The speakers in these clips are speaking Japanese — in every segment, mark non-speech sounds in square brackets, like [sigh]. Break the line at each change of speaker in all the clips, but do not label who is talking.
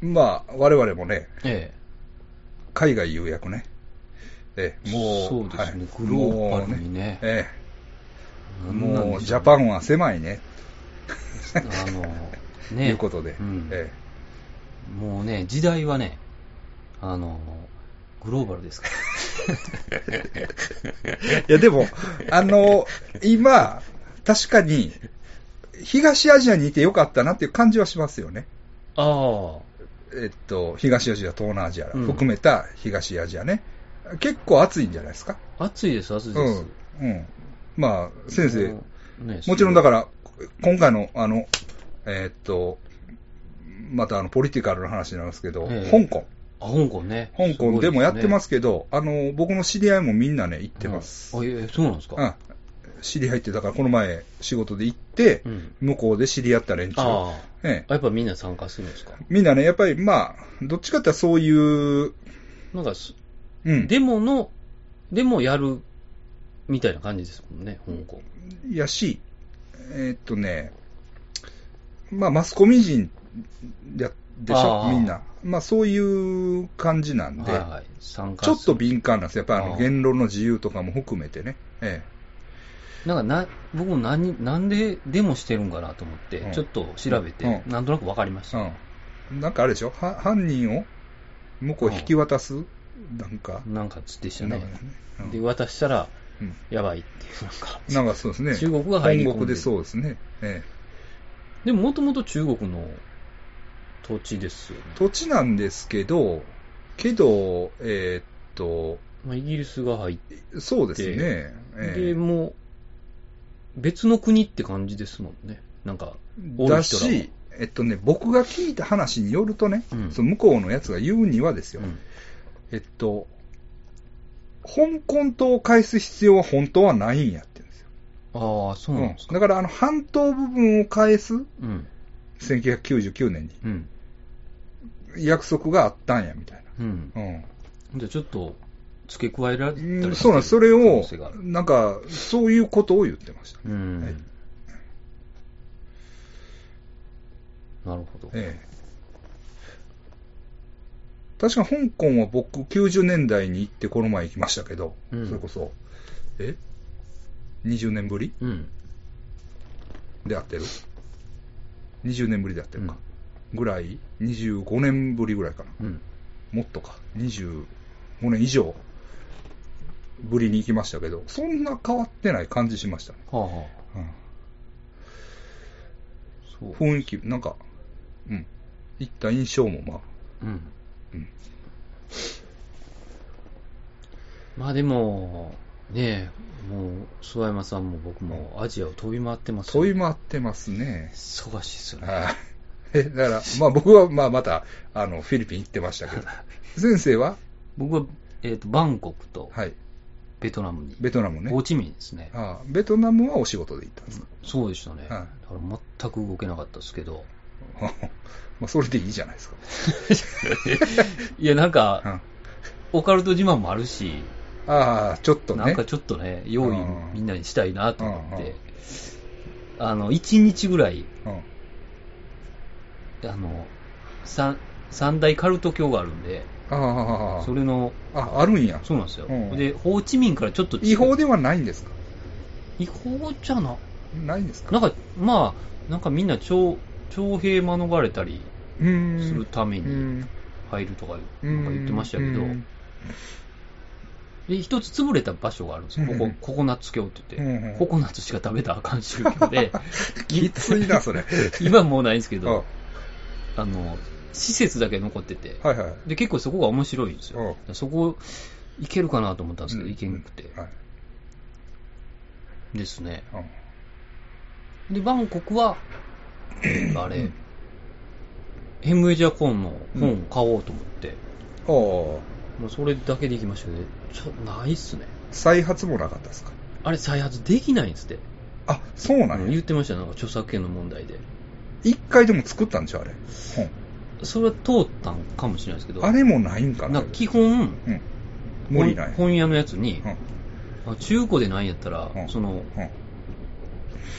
まあ、我々もね、
え
海外有役ね。ええ、
え。
もう、
そうですね、
はい
グローバルに
もう
ね。
ええ、
なんなんでしょ
もうジャパンは狭いね、
あの、
と
ね。
いうことで、
うん
え
もうね、時代はね、あの、グローバルですか
えいや、でも、あの、今、確かに、東アジアにいてよかったなっていう感じはしますよね。
ら。ああ。
えっと、東アジア、東南アジア
うん
含めた東アジアね、結構暑いんじゃないですか。
暑いです、暑いで
う
す
ん。。うん。まあ、先生、
もうね
もちろんだから、今回の、あの、えーっと、またあの、ポリティカルの話なんですけど、
ええ
香港。
あ、香港ね。
香港でもやってますすけど、あの、僕の知り合いもみんなね、行っ
ごいで
てます。
すねうんあ、いやいやそうなんです
うん
か。。
知り合いって、だからこの前仕事で行って、
うん。
向こうで知り合った連中。
あ
ええ
あ。やっぱみんな参加するんですか。
みんなね、やっぱりまあ、どっちかっていうとそういう、
なんかす、
うん。
デモの、デモやるみたいな感じですもんね、香港。
やし、えーっとね、まあ、マスコミ人やでし
あ
ょ、
あ
みんな。まあ、そういう感じなんで、
はいはい。参加
ちょっと
する
敏感なんですよ。やっぱりあ
あ
の
あ
言論の自由とかも含めてね。え
なんかな、僕も何、なんでデモしてるんかなと思って、
うん
ちょっと調べて、
うん
なんとなくわかりました。
え。うん。なんかあれでしょは犯人を向こう引き渡すなんか。
なんかつってした
な
ね
んか。ねうん
で、渡したら、
うん
やばいっていう、なんか、
なんかそうですね。
中国が入り込んでる
本国でそうですね。ええ。
でももともと中国の土地ですよね。
土地なんですけど、けど、えーっと、
まあ、イギリスが入って、
そうですね。ええ
で、もう、別の国って感じですもんね。なんか、多い人らは
だし、えっとね、僕が聞いた話によるとね、
うん
その向こうのやつが言うにはですよ、
うん
えっと、香港島を返す必要は本当はないんやって言うんですよ。
ああ、そうなんです
うん
か。
だから、あの、半島部分を返す、
うん。
1999年
うん。
に約束があったんや、みたい
うん。
な。うん。
じゃあちょっと、付け加えられたり
うん
して
そうなんです。それ
可
を
能性があ、る
なんか、そういうことを言ってました。
うん。
はい
なるほど。
ええ。確か香港は僕90年代に行ってこの前行きましたけど、
うん
それこそ、え ?20 年ぶり
うん。
で会ってる ?20 年ぶりで会ってるか。ぐらい ?25 年ぶりぐらいかな。
うん。
もっとか。25年以上ぶりに行きましたけど、そんな変わってない感じしましたね。
はあ、は
うん
あ、そう。
雰囲気、なんか、うん。行った印象もまあ、
うん。
うん
まあでも、ねえ、もう、諏訪山さんも僕もアジアを飛び回ってますよ
飛び回ってますね。
忙しいっすよね。
はい。 [laughs] え、だから、まあ僕は、まあまた、あの、フィリピン行ってました
[laughs]
けど。先生は
僕は、えーと、バンコクと
はい。
ベトナムに、
ベトナムね
ホ。ーチミンですね。
ああベトナムはお仕事で行ったんですか。
そうでしたね。だ
は
か
い [laughs]
ら全く動けなかったですけど。
まあそれでいいじゃないですか。
いや、なん
う
か、
ん
オカルト自慢もあるし、
ああ、ちょっとね。
なんかちょっとね、用意
うん
みんなにしたいなと思っ
うんう
て
ん、
あの、1日ぐらい、
うん
あの、三、三大カルト教があるんで、
あ
それの、
あ、あ、あるんや。
そうなんですよ。
うん
で、ホーチミンからちょっと近い
違法ではないんですか
違法じゃな、
ないんですか
なんか、まあ、なんかみんな徴、徴兵免れたり
うーん。
するため
う
に
ん
入るとか、なんか言ってましたけど
う、ん
で、一つ潰れた場所があるんですよ。こ
う
こ
ん、
ココナッツ教って言っ
うんうん
て、ココナッツしか食べたらあかん宗教で、
きついな、
[laughs]
それ。
今もうないんですけ
あ
ど、あの、施設だけ残ってて、
はいはい。
で、結構そこが面白いんですよ。そこ、行けるかなと思ったんですけど、行けなくて。
はい
ですね。
うん
で、バンコクは、えーあれ、ヘムウェイジャコンの本を買おうと思って、
おー
もうそれだけで行きましたけど、ちょないっすね。
再発もなかったですか
あれ、再発できないんですって。
あ、そうな
うん
んや
言ってましたよ、なんか著作権の問題で。
一回でも作ったんでしょ、あれ。本
それは通ったんかもしれないですけど、
あれもないんか
な
なん
か基本、
うん。無理ない。
本屋のやつに、
うん
あ中古でないんやったら、
うん
その、
うん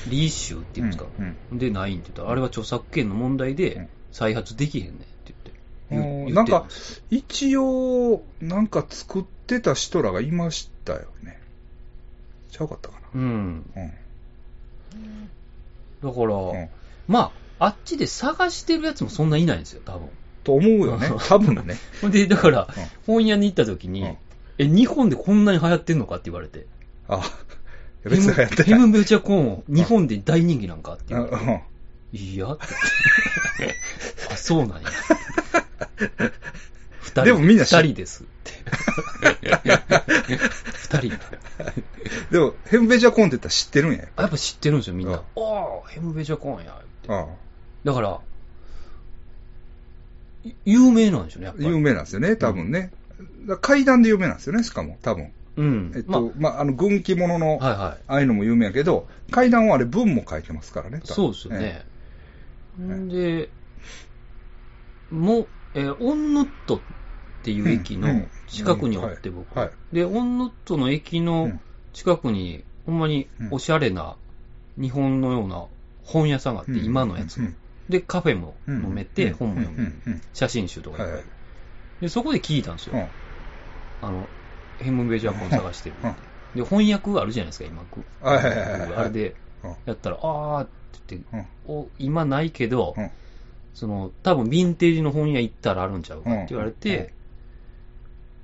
リーシュっていうんですか、
うん
でないんって言ったら、あれは著作権の問題
うん
で再発できへんねんって言って。言う
うん
言
な
っ
ん
てる
か、一応、なんか作ってた人らがいましたよね。ちゃうかったか
うん。
な。うん。
だから、
うん
まあ、あっちで探してるやつもそんないないんですよ、多分。
と思うよね。多分ね。
ほんで、だから、
うん
本屋に行った時に、
うん
え、日本でこんなに流行ってんのかって言われて。
あ、いや別にやって
ヘ
ない。
ムベジャコーン、日本で大人気なんかって言われて。
うんうん [laughs]
いやって。あ、そうなんや。二人
でもみんな知
二人です
[laughs]
って。二人。
でも、ヘムベジャコーンって言ったら知ってるんやよ。
あやっぱ知ってるんですよ、みん
う
な。
ん
おー、ヘムベジャコーンや。って
あ
だから、い有名なんでしょうね、やっぱり。
有名なんですよね、多分ね。だから階段で有名なんですよね、しかも、多分。
うん。
えっと、
ま
まあ、あの、軍記物の、
あ、はいはい。
ああいうのも有名やけど、階段はあれ文も書いてますからね。多分
そうですよ。
え
ね。んで、もう、えーオンノットっていう駅
うんう
の
ん
近くにおって、僕
はいはい。
で、オンノットの駅
う
の
ん
近くに、ほんまに
うん
おしゃれな、日本のような本屋さんがあっ
え
て、今のやつ
う。ん
で、カフェも
うん
飲めて、本も読
う
め
んうんうん
写真集とかいっぱい
はい
で、そこで聞いたんです
うん
よ。あの、ヘムンベジャーコン探してる
うん。
で、翻訳あるじゃないですか、今。
はいはいはいはい
あれで
うん、
やったら、あーって言って、
うん
お今ないけど、
うん
その、多分ヴィンテージの本屋行ったらあるんちゃうかって言われて、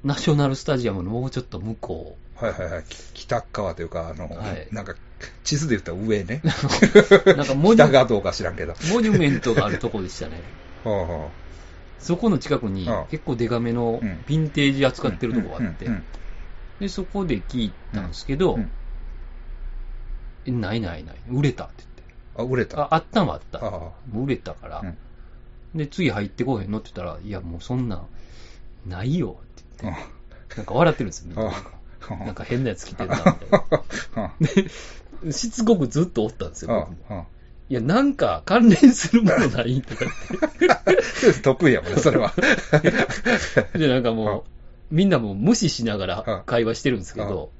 ナショナルスタジアムのもうちょっと向こ
はいはいはい。き北側というか、あの、
はい
なんか、地図で言ったら上
[laughs]
ね。 [laughs]
う、なんかモニ
北側どうか知らんけど。
モニュメントがあるとこ
[laughs]
でしたね。
ほうほ
そこの近く
う
に
ん
結構デカめの
うん
ヴィンテージ扱
う
ってるとこがあって
うんう、ん
で、そこで聞いたんですけど
うん、
えないないない、売れたって
あ、売れ
言って。あ
た。、
あったんはあった。
あ
もう売れたから、
うん
で、次入ってこうへんのって言ったら、いや、もうそんなん、ないよって
うん
言って、なんか笑ってるんですよ、みんな。
うん
なんか変なやつ着てんな、みたいな
[laughs]
で。しつこくずっとおったんですよ、僕も。
うんうん
いや、なんか関連するものないとか
得意やもん [laughs] ね、それは。
言 [laughs] って。で、なんかもう、みんなもう無視しながら会話してるんですけど、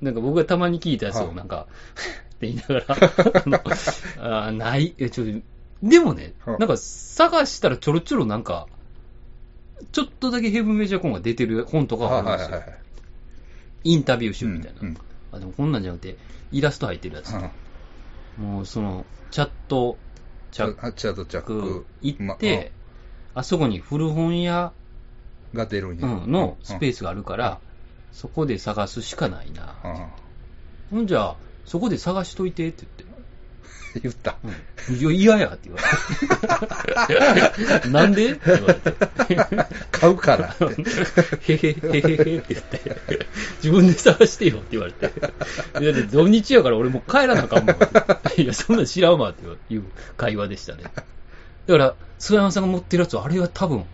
なんか僕がたまに聞いたやつ
う
を、
ん
なんか、 [laughs] って言いながら、あのあーない、え、ちょっと、でもね、
うん
なんか探したらちょろちょろなんか、ちょっとだけヘブンメジャーコンが出てる本とかがあるんですよ。
い。
インタビュー集みたいな。
うんうん
あ、でもこんなんじゃなくて、イラスト入ってるやつとか。もうその、チャット、チャッ
あチャットチャッ
ク
ク
行って、あそこに古本屋
まが出るんや。
うんのスペー
ス。
スがあるから、そこで探すしかないな。
うん
ほんじゃ、そこで探しといてって言って。
言った。
うん、いや、嫌やって言われて。なんでって言われて。
買うからって。
へへへへへって言って、自分で探してよって言われて。いや、だって土日やから俺もう帰らなあかんもん。いや、そんなん知らんわっていう会話でしたね。だから、菅山さんが持ってるやつ、あれは多分、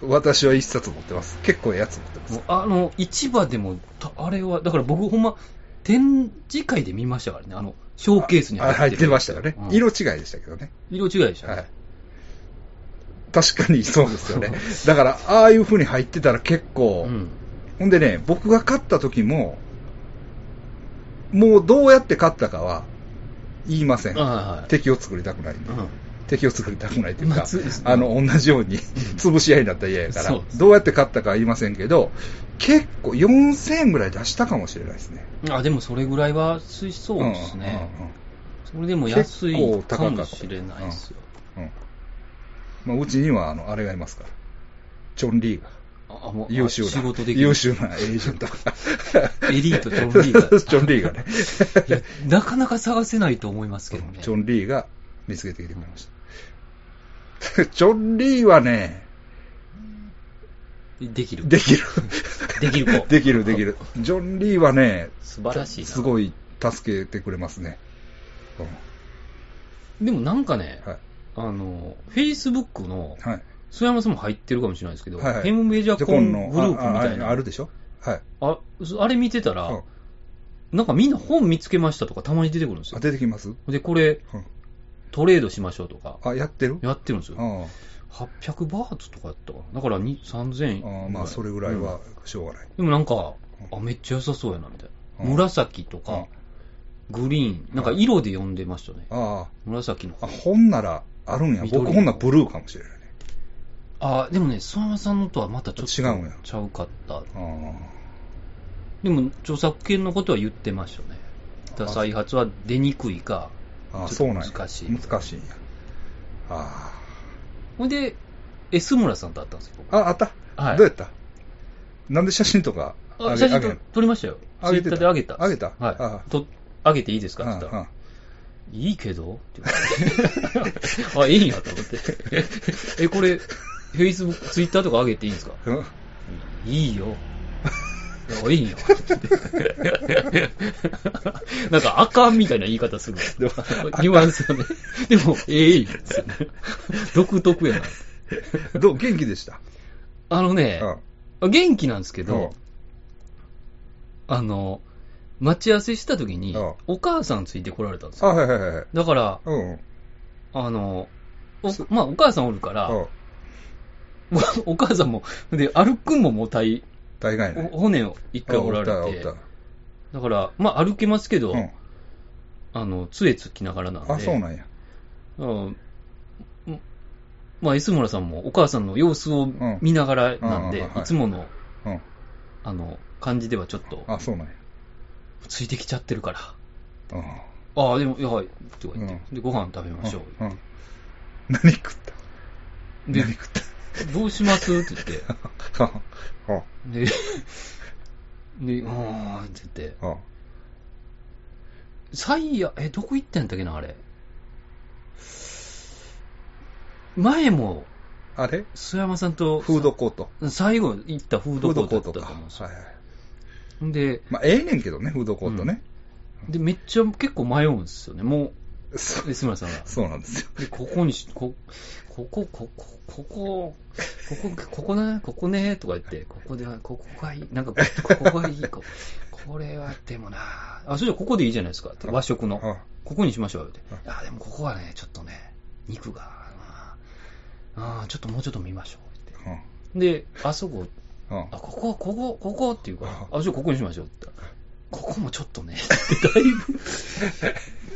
私は一冊持ってます。結構ええやつ持ってます
もう。あの、市場でも、たあれは、だから僕ほんま、展示会で見ましたからね、あの、ショーケースに
あ入ってましたよね。色
色、
違いでしたけどね。
色違いでしたね。
はい。確かにそうですよね。だから、ああいう風に入ってたら結構、
うん。
ほんでね、僕が買った時も、もうどうやって買ったかは言いません。
あはい
敵を作りたくないんで、
はい。うん。
敵を作りたくないという
ま
か
あ、そうですね
あの、同じように潰し合いになったら嫌やから、
そうです
どうやって買ったかは言いませんけど、結構4000円ぐらい出したかもしれないですね。
あ、でもそれぐらいは、水槽ですね。
うんうんうん
それでも安いかもしれないですよ。
うんまあ、うちにはあのあれがいますから、チョン・リーが
あ、あもう
優秀な、
仕事できる。
優秀なエージェントが
[laughs] エリートチョンリーが
[laughs] チョン・リーがね、
いや、なかなか探せないと思いますけどね。
チョン・リーが見つけてきてくれました。 [laughs] チョン・リーはね、
できる。
できる。
できる子
[laughs] できる、できる。ジョン・リーはね、
素晴らしいな。
すごい助けてくれますね。うん
でもなんかね、
はい。
あの、Facebook の、
はい。
須山さんも入ってるかもしれないですけど、
はいはい
ヘムメジャーコングループみたい
あ
な。
ああるでしょはい。
ああれ見てたら、
うん
なんかみんな本見つけましたとかたまに出てくるんです
あ
よ。
出てきます
で、これ、
うん
トレードしましょうとか、
あ、やってる
やってるんですよ。
あ
800バーツとかやったかな。だからに3000円
あああ、まあ、それぐらいはしょうがない。
でもなんか、あ、めっちゃ良さそうやな、みたいな。
うん
紫とか、グリーン、なんか色で読んでましたね。
ああ、
紫の
あ、本ならあるんや。
緑
僕本ならブルーかもしれないね。
あでもね、相馬さんのとはまたちょっと
違うんや
ちゃうかった。
あー
でも、著作権のことは言ってましたね。だから再発は出にくいか。
あー、
ち
そ
ょ
う
っと
なんや。
難しい
難しいんや。あ
ほんで、S 村さんと会ったんですよ、僕
あ。あ、あった。
はい
どうやったなんで写真とか
あ写真
げ
と撮りましたよ。
あ
ツ
げ
イッ
て
タ
た
ーであげた。
あげたあ
は
あ
い。と、あげていいですか
う
って
ん
言った
う
ら
ん、
いいけどって言われて。 [laughs] あ、いいんやと思って。え、これ、Facebook、ツイッターとかあげていいんですか
うん [laughs]
いいよ。いやいいよ。 [laughs] なんか、あかんみたいな言い
[laughs]
方する。
で
ニ [laughs]
も
ュアンスがね。でも、ええ
[laughs]
いいですよね。独特やな。
どう元気でした。
あのね、
う
元気なんですけ
ん。
ど、あの、待ち合わせした時に
うん、
お母さんついて来られたんです
あ、
よ。
はいはいはいはい。
だから、
うん。うん
あの、おまあ、お母さんおるから、
うん
[laughs] お母さんも、で、歩くんももう大、
大概ね。
お骨を一回折ら
あ
れ
おってたおっ、
だから、まあ、歩けますけ
た
ど、
うん。
あの、杖つきながらなんで。
あ、そうなんや。
うんまあ、S 村さんもお母さんの様子を
ん
見ながらなんで、
うんうんうんはい
いつもの、
うん。
あの、感じではちょっと、
あ、そうなんや。
ついてきちゃってるから。
うん。
ああ、でも、いやはい、とか言って、
う
で、ご飯食べましょう。
うんうん何食っ
で、 [laughs] どうしますって言って
たうん。
[laughs] で、で、うーんって言って、
うん
最悪、え、どこ行ったんだっけな、あれ。前も、
あれ
須山さんと、
フードコート。
最後行ったフ
フ
ー
ー
ドコ
ド
ート
コー
だっ
ト
たと
か。
思うんですよ
はいはい。
で、
まあ、ええねんけどね、フードコートね。
で、めっちゃ結構迷うんですよね、も、
そう
安村さんが。
そうなんですよ。
で、ここにし、こ、ここ、ここ、ここ、ここ、ここね、ここね、とか言って、ここでは、ここがいい、なんか、ここがいい、ここれはでもなあ、それじゃここでいいじゃないですかって、和食の。
あ
ここにしましょうよって
う。
あ、でもここはね、ちょっとね、肉がなあ、あーちょっともうちょっと見ましょうって。で、あそこ、
うんうん
あ、ここ、ここ、ここってい
[laughs]
うから、
う
あ、じゃあここにしましょうって言ったら。ここもちょっ
[laughs]
とね、だいぶ。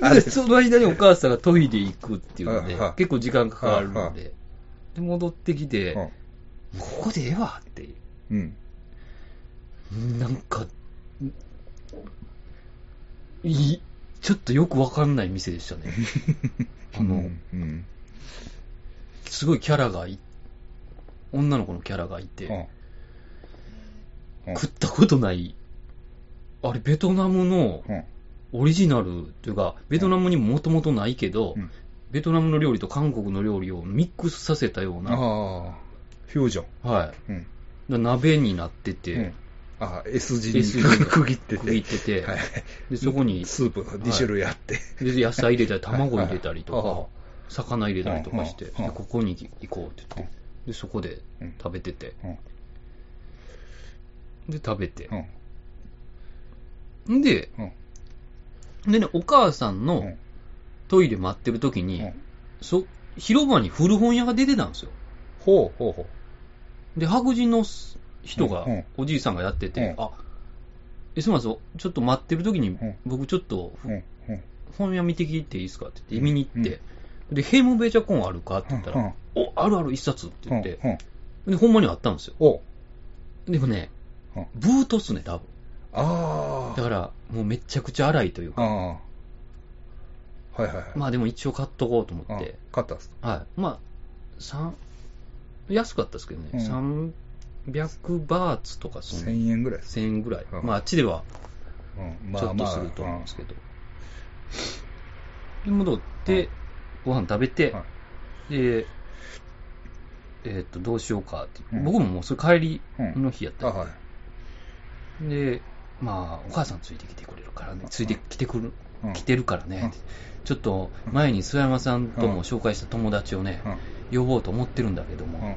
あれ
でその間にお母さんがトイレ行くっていうので
はいはい、
結構時間かかる
は
の
い
で。で、戻ってきて、
うん
ここでええわって。
うん。
なんか、いい、ちょっとよくわかんない店でしたね。
[laughs]
あ
う
の、
んうん。
すごいキャラがい、女の子のキャラがいて、
うん
食ったことない、あれ、ベトナムの
うん
オリジナルというか、ベトナムにもともとないけど、
うん
ベトナムの料理と韓国の料理をミックスさせたような、
ああ、フュージョン。
は
うん。
い、な鍋になってて、
うんああ、S 字
S 字に
に区切ってて。
区切ってて、
はい
でそこに
スープ2種類あって。
で野菜入れたり、
[laughs]
卵入れたりと
はいはい
か、魚入れたりとかして、
う
で
んうんうん
ここに行こうって言って、でそこで
うん
食べてて、
うん
で、食べて
う、ん
んで、
うん
でね、お母さん
う
の
ん
トイレ待ってる時に、
うん
そ広場に古本屋が出てたんですよ。
ほうほうほう。
で、白人のす人が、
うんうん
おじいさんがやってて、
う
あ、え、すみません、ちょっと待ってる時に、
ん
僕ちょっと、ふ
うんうん
本屋見てきていいですかって言って、見に行って、で、ヘイムベーチャコンあるかって言ったら、
うんうん
お、あるある一冊って言って、
うんうん
で、ほんまにあったんですよ。
おう
でもね、
うん
ブートっすね、多分。
あ
だから、もうめちゃくちゃ荒いという
あ。あ
か、
あ。はいはいはい。
まあでも一応買っとこうと思
あ
って、
勝ったっすか
はい。まあ、三安かったですけどね、300バーツとかその
?1000 円ぐらいです。
1000円ぐらい。
うん
まあ、あっちでは
うん
ちょっとすると思うんですけど。で、戻っ
う
て、ご飯食べて、
は
で、えーっと、どうしようかって。
うん
僕ももうそれ帰
う
り
ん
の日やっ
あ、
たんで
はい。
で、まあ、お母さんついてきてくれるからね、ついてきてくる、
うん
来てるから
うん
ね、ちょっと前に須山さんとも紹介した友達をね、呼ぼうと思ってるんだけど
うん。う
も
ん、。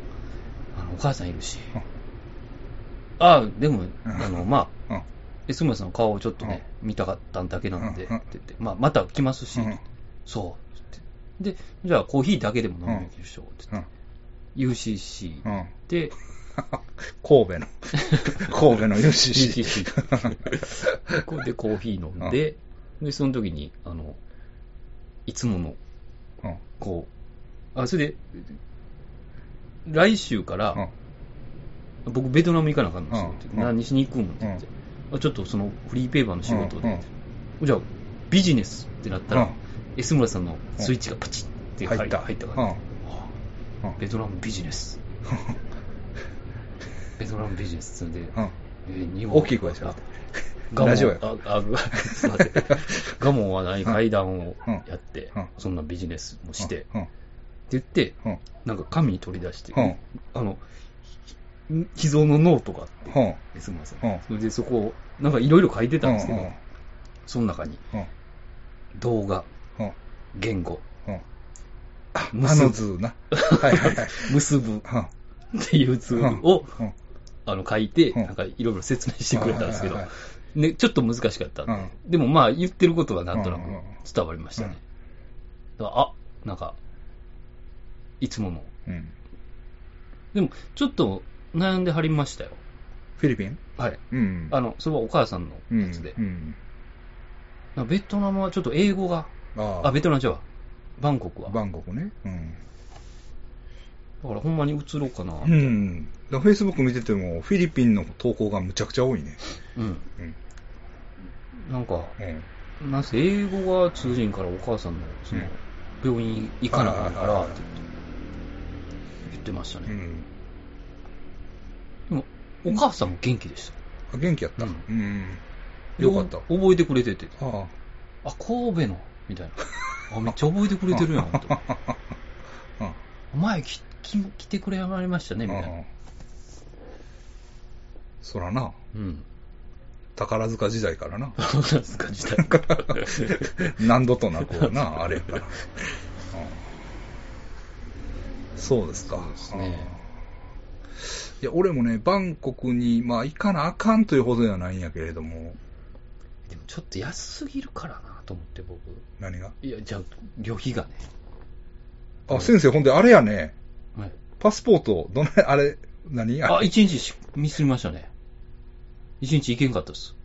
あのお母さんいるし
うん、
ああ、で
う
も、
ん
あの、まあ、
うん。
安村さんの顔をちょっとね、見たかっただけなんで、
うん
って言って、まあ、また来ますし、
うん
そうって言って。で、じゃあコーヒーだけでも飲みに行きましょうって
うん。
言って、UCC
う
行
ん。
って、
神戸の、
[laughs]
神戸の UCC。
UCC ここでコーヒー飲んで、で、その時に、あの、いつもの、
うん。
こう、あ、それで、来週から、
うん
僕ベトナム行かなあかんのですよって、
うんうん
何しに行くんって言って、あちょっとそのフリーペーパーの仕事で、
うん
じゃあビジネスってなったら、
うん
S 村さんのスイッチがパチッって入った,、入ったから、
うん
ああ
うん
ベトナムビジ
[laughs]
ネスベトナムビジネスってんで、
うん
えー日
大きい声で喋って
ガモン
ラジオや
ああぐすいません
[laughs]
ガモンは何階段を
うん
やって、
うん
そんなビジネスもして、
う
って
ん
言って、
うん
なんか紙に取り出して、
うん
あの、ひ秘蔵のノートがあって、
うん
すみません。
うん
それでそこを、なんかいろいろ書いてたんですけど、
うんうん
その中に
うん
動画、
うん
言語、
うんあ
結ぶ
の図な。はいはいはい。
結ぶっていうツールを、
うん
あの書いて、
うん
なんかいろいろ説明してくれたんですけど
はいはい、
ね、ちょっと難しかったんで、
うん
でもまあ言ってることはなんとな
う
く
んうんうん
伝わりましたね。だからあ、なんか、いつもの。
うん
でも、ちょっと悩んではりましたよ。
フィリピン
はい。
うん。
あの、それはお母さん
う
の
ん
やつで。
うん。
なんかベトナムはちょっと英語が、
あ
あ、ベトナムじゃわ。バンコクは。だか
バンコクね。うん。
らほんまに移ろうかな。
う。ん。だフェイスブック見てても、フィリピンの投稿がむちゃくちゃ多いね。
うん。
うん。
なんか、
うん。
なんせ英語が通じんからお母さんのその
うん
病院行かなあかんか
はい
ら
はい
っ
はい
て言ってました
う
ね、
ん。
でもお母さんも元気でし
あ元気やった。
う
うんん。
た
よかった。
お覚えてくれてて
ああ。
あ神戸のみた
[laughs]
いなあめっちゃ覚えてくれてるやんと思って
うん。
前きき来てくれはりましたねみたいな
うんそらな、
うん。
宝塚時代からな
そうなん [laughs] ですか時代
[laughs] 何度となくは
[laughs]
な、あれやから。うんそうですか。そう
ですね
いや、俺もね、バンコクに、まあ、行かなあかんというほどではないんやけれども、
でもちょっと安すぎるからなと思って僕
何が
いやじゃあ旅費がね、
あ、先生、ほんで、あれやね、
はい、
パスポート、どない、 [laughs] あれ、何
あ、一日しミスりましたね。一日行けんかった
[laughs]
っす。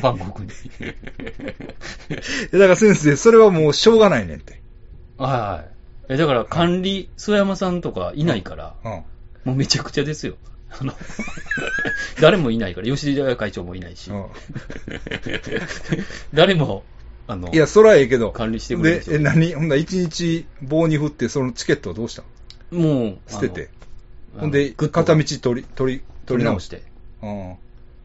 バンコクに。
いやだから先生、それはもうしょうがないねんって。
はいはい。え、だから管理、諏訪山さんとかいないから、
うん。
もうめちゃくちゃですよ。あの、 [laughs] 誰もいないから、吉田会長もいないし、
う
[laughs] 誰も、あの
ん、いや、それはええけど。
管理してくれる
で
人
え、何ほんなら一日棒に振って、そのチケットをどうしたの
もう、
捨てて。
あの。
ほんで、
グッと
片道取り、取り、
取
取り
り直
直
し
して。
て。
うん。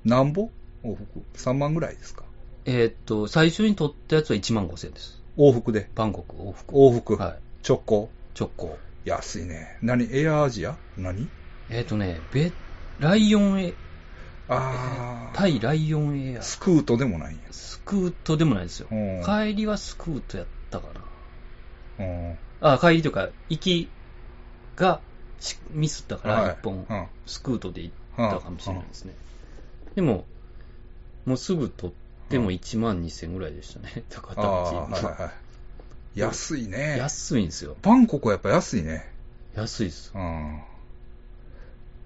なんぼ往復。3万ぐらいですか。
えーっと、最初に取ったやつは1万5千です。
往復で。
バンコク往復。
往復。
はい。
直行。
直行。
安いね。何エアアジア何
えっ、とね、ベライオンエ、
あー。
対ライオンエア、
スクートでもないんや。
スクートでもないですよ。
うん
帰りはスクートやったか
うん。
な。あ、帰りというか、行きがしミスったから、一本、
うん。
スクートで行ったかもしれないですね。でも、もうすぐ取っても1万2000ぐらいでしたね、 [laughs] 高
あ
田
ー
町。
はいはい。安いね。
安いんですよ。
バンコクはやっぱ安いね。
安いです。
うん。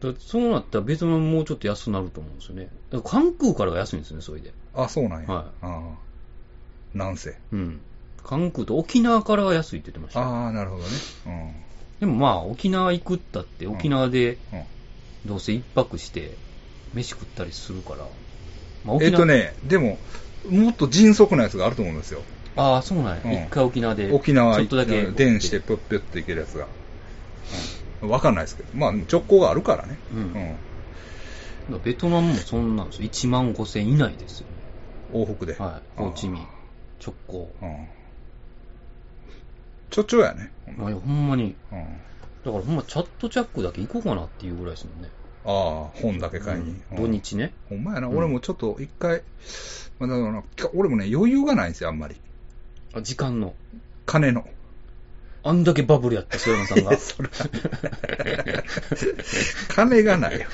だってそうなったらベトナムもうちょっと安くなると思うんですよね。だから関空からが安いんですよね、それで。
あ、そうなんや。
は
ああ。なんせ。
うん。関空と沖縄からが安いって言ってましたよ。
ああ、なるほどね。
でもまあ、沖縄行くったって、
うん
沖縄で
うん。うん、
どうせ一泊して、飯食ったりするから。まあ、
えっと
ね。
ね、でも、もっと迅速なやつがあると思うんですよ。
ああ、そうなんや。
うん
一回沖縄で。
沖縄
ちょっとだけ。
電して。ぷっぷっていけるやつが。うんわかんないですけど。まあ、でも直行があるからね。
う。
うん
ベトナムもそんなんですよ。1万5千以内ですよ。
ん。往復で。
はい。ホーチミン。直行。
うん。ちょちょやね。
まあ、いやほんまに。
うん。
だからほんまチャットチャックだけ行こうかなっていうぐらいですもんね。
ああ、本だけ買いに。
うん
う
土
ん
日ね。
ほんまやな、
うん
俺もちょっと一回、まあだからな俺もね、余裕がないんですよ、あんまり。
あ時間の。
金
[laughs]
の。
あんだけバブルやった、菅山さんが。
[laughs] それ金がないよ。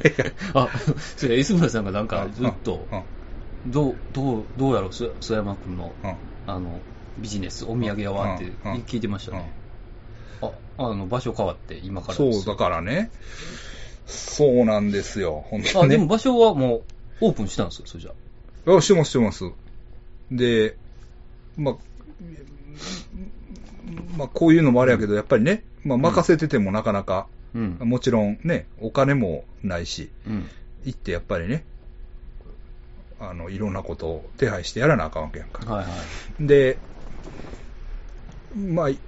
金
[laughs]
が。
あ、それ、磯村さんがなんかずっと。
うん
どう、どう、どうやろう、す須山君の、
うん
あの、ビジネス、お土産屋はって
うんうん
聞いてましたね。あ、あの、場所変わって、今から
そう、だからね。そうなんですよ、本
あ、
当
でも
ね。
場所はもう、オープンしたんですよ、それじゃあ
あ、してます、してます。で、まあ、まあ、こういうのもあれやけど、やっぱりね、まあ、任せててもなかなか、
うん。
もちろんね、お金もないし、
うん。
行ってやっぱりね、あの、いろんなことを手配してやらなあかんわけやんか。
はいはい。
で、まあ、い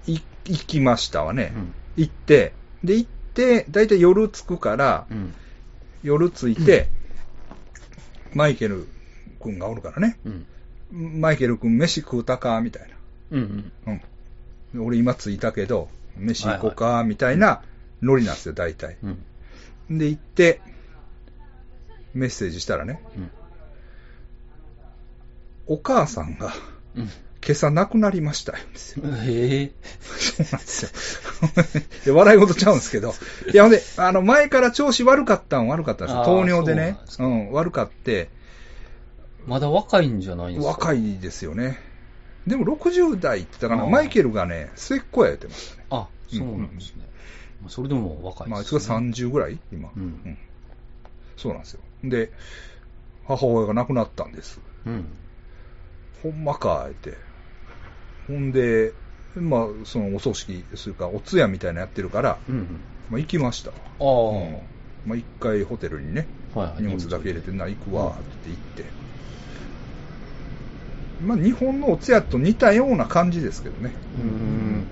行きましたわね。
うん
行って、で、行って、だいたい夜着くから、
うん。
夜着いて、マイケル君がおるからね、
うん。
マイケル君飯食うたかみたい
うんうん。
な。うん。で俺今着いたけど、飯行こうかみたいなノリなんですよ、大体。
うん。
で、行って、メッセージしたらね、
うん。
お母さんが
うん。
今朝亡くなりましたよ。
へえ。
そうなんですよ。 [laughs] で笑い事ちゃうんですけど。いや、ほんで、あの、前から調子悪かったん悪かったんですよ。
あー
糖尿でね。
そう
うん、悪かって、
まだ若いんじゃないんですか
若
い。
いですよね。でも60代って言ったかな、
あー
マイケルがね、末っ子や言ってましたね。
あ、そうなんですね。まあそれでも若い
まあ、あ
で
いつ
す
が
ね。
30ぐらい今、
うん
そうなんですよ。で、母親が亡くなったんです。
うん。
ほんまか、って。ほんで、まあ、そのお葬式するか、お通夜みたいなのやってるから、
うん。
まあ、行きました。
ああ。
うんまあ、一回ホテルにね、
はいはい。
荷物だけ入れてな、行くわって言って。まあ、日本のお通夜と似たような感じですけどね。
うん。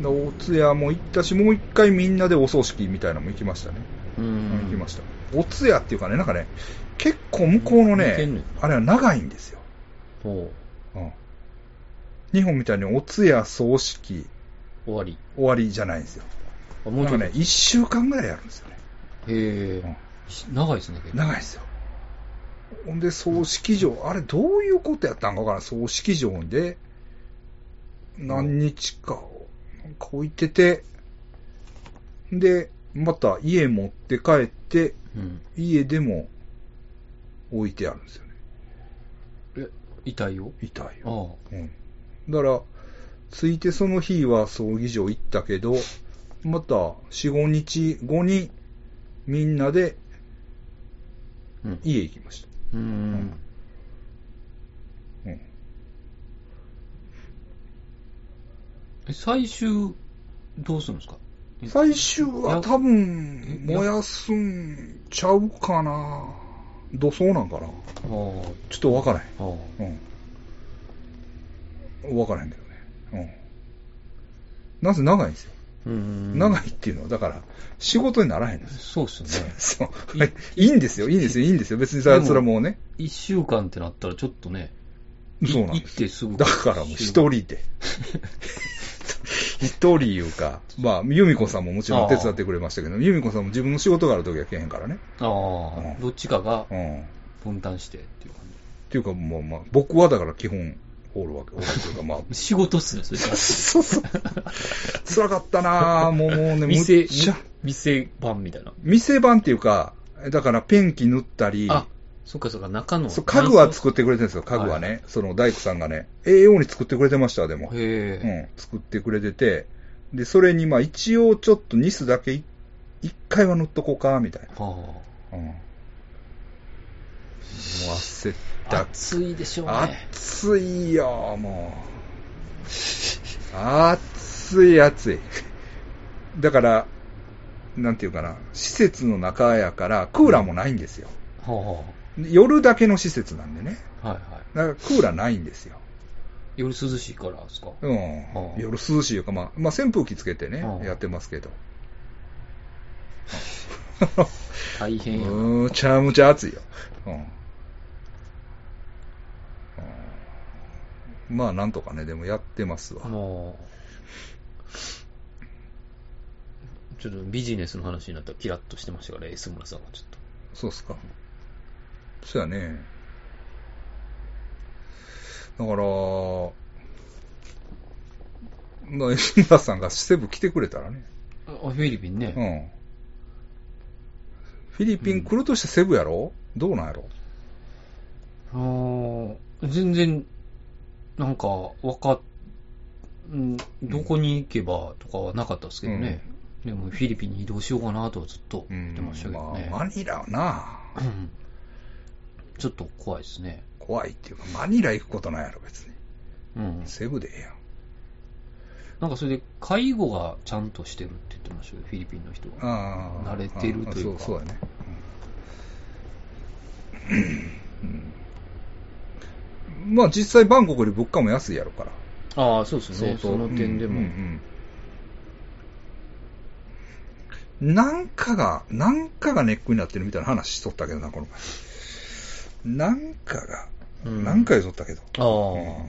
でお通夜も行ったし、もう一回みんなでお葬式みたいなのも行きましたね。
うん。
行きました。お通夜っていうかね、なんかね、結構向こうの
似てん
ね
の、
あれは長いんですよ。
ほ
うん。日本みたいにお通夜、葬式、
う。終わり。
終わりじゃないんですよ。
あ、
も
も
う
うちょっと。
ね、1週間ぐらいやるんですよね。
へ
うん
え。し長いですね、結構。
長いですよ。ほんで、葬式場、あれ、どういうことやったんかわからん、葬式場で、何日か、なんか置いてて、で、また家持って帰って、
うん。
家でも置いてあるんですよね。
え、痛いよ。
遺体
あ
を。
あ。
うん。だから、ついてその日は葬儀場行ったけど、また4、5日後に、みんなで
うん。
家行きました。
うん。
うん。
え最終、どうするんですか
最終は多分
や
燃やすんちゃうかな土葬なんかな
ああ。
ちょっとわから
ああ。
へん。うん。わからへんけどね。うん。なんせ長いんですよ。
うん
長いっていうのは、だから、仕事にならへんですよ。。
そうっすよね
[laughs] そう。
い
はいいいんですよ、いいんですよ、いいんですよ。別にさ
で、も
それはもうね。
一週間ってなったらちょっとね、い
そうなんで
行っ
す。
てすぐ。
だからもう一人で。一人いうか、まあ、由美子さんももちろん手伝ってくれましたけど、由美子さんも自分の仕事がある時はけへんからね。
[laughs] あ
うん
あ、どっちかが
うん。
分担してっていう感
っていうか、もう、まあ、僕はだから基本、おるわけ、おるというか、まあ、
[laughs] じ。仕事っすね、
[laughs]
それ。
そうそう。辛かったなぁ、もうもうね、む
店
っちゃ、
店版みたいな。
店番っていうか、だからペンキ塗ったり、
あ、そっかそっか、中の。
そう家具は作ってくれてるんですよ、家具はね。
は
その大工さんがね、栄養に作ってくれてました、でも。
へ
う
え。
ん、作ってくれてて、で、それにまあ一応ちょっとニスだけい一回は塗っとこうか、みたいな。
は
うん。もう焦っ
あ。
た
暑いでしょうね。
暑いよ、もう。暑い、暑い。だから、なんていうかな、施設の中やから、クーラーもないんですよ。
は
夜だけの施設なんでね。
あ。はいはい。
だからクーラーないんですよ。
夜涼しいからですか。
うん
あ。あ
夜涼しいいうか、まあ、まあ、扇風機つけてね
あ、あ
やってますけ
[laughs]
ど。
大変やな。
むちゃむちゃ暑いよ。うんうんまあ、なんとかね、でもやってますわ。
もう、ちょっとビジネスの話になったらキラッとしてましたから、S 村さんはちょっと。
そうっすか。そうやね。だから、まあ、 [laughs] 吉村さんがセブ来てくれたらね。
あ、フィリピン
う
ね。
ん。フィリピン来るとしてセブやろどうなんやろ
あー全然、なんか、わかっ、うん、どこに行けばとかはなかったですけどね。でも、フィリピンに移動しようかなとはずっと
う
言
ん
ってましたけどね。
まあ、マニラはな、
うんちょっと怖いですね。
怖いっていうか、マニラ行くことないやろ、別に。
うん。
セブでええやん。
なんかそれで、介護がちゃんとしてるって言ってましたよ、フィリピンの人は。
ああ
慣れてるというか
そうそうやね、うんうんまあ実際バンコクより物価も安いやろから
ああ、そうですね。その点でも。
うんうんうんなんかがなんかがネックになってるみたいな話しとったけどなこの前なんかが、
うん
なんか言うとったけど
ああ、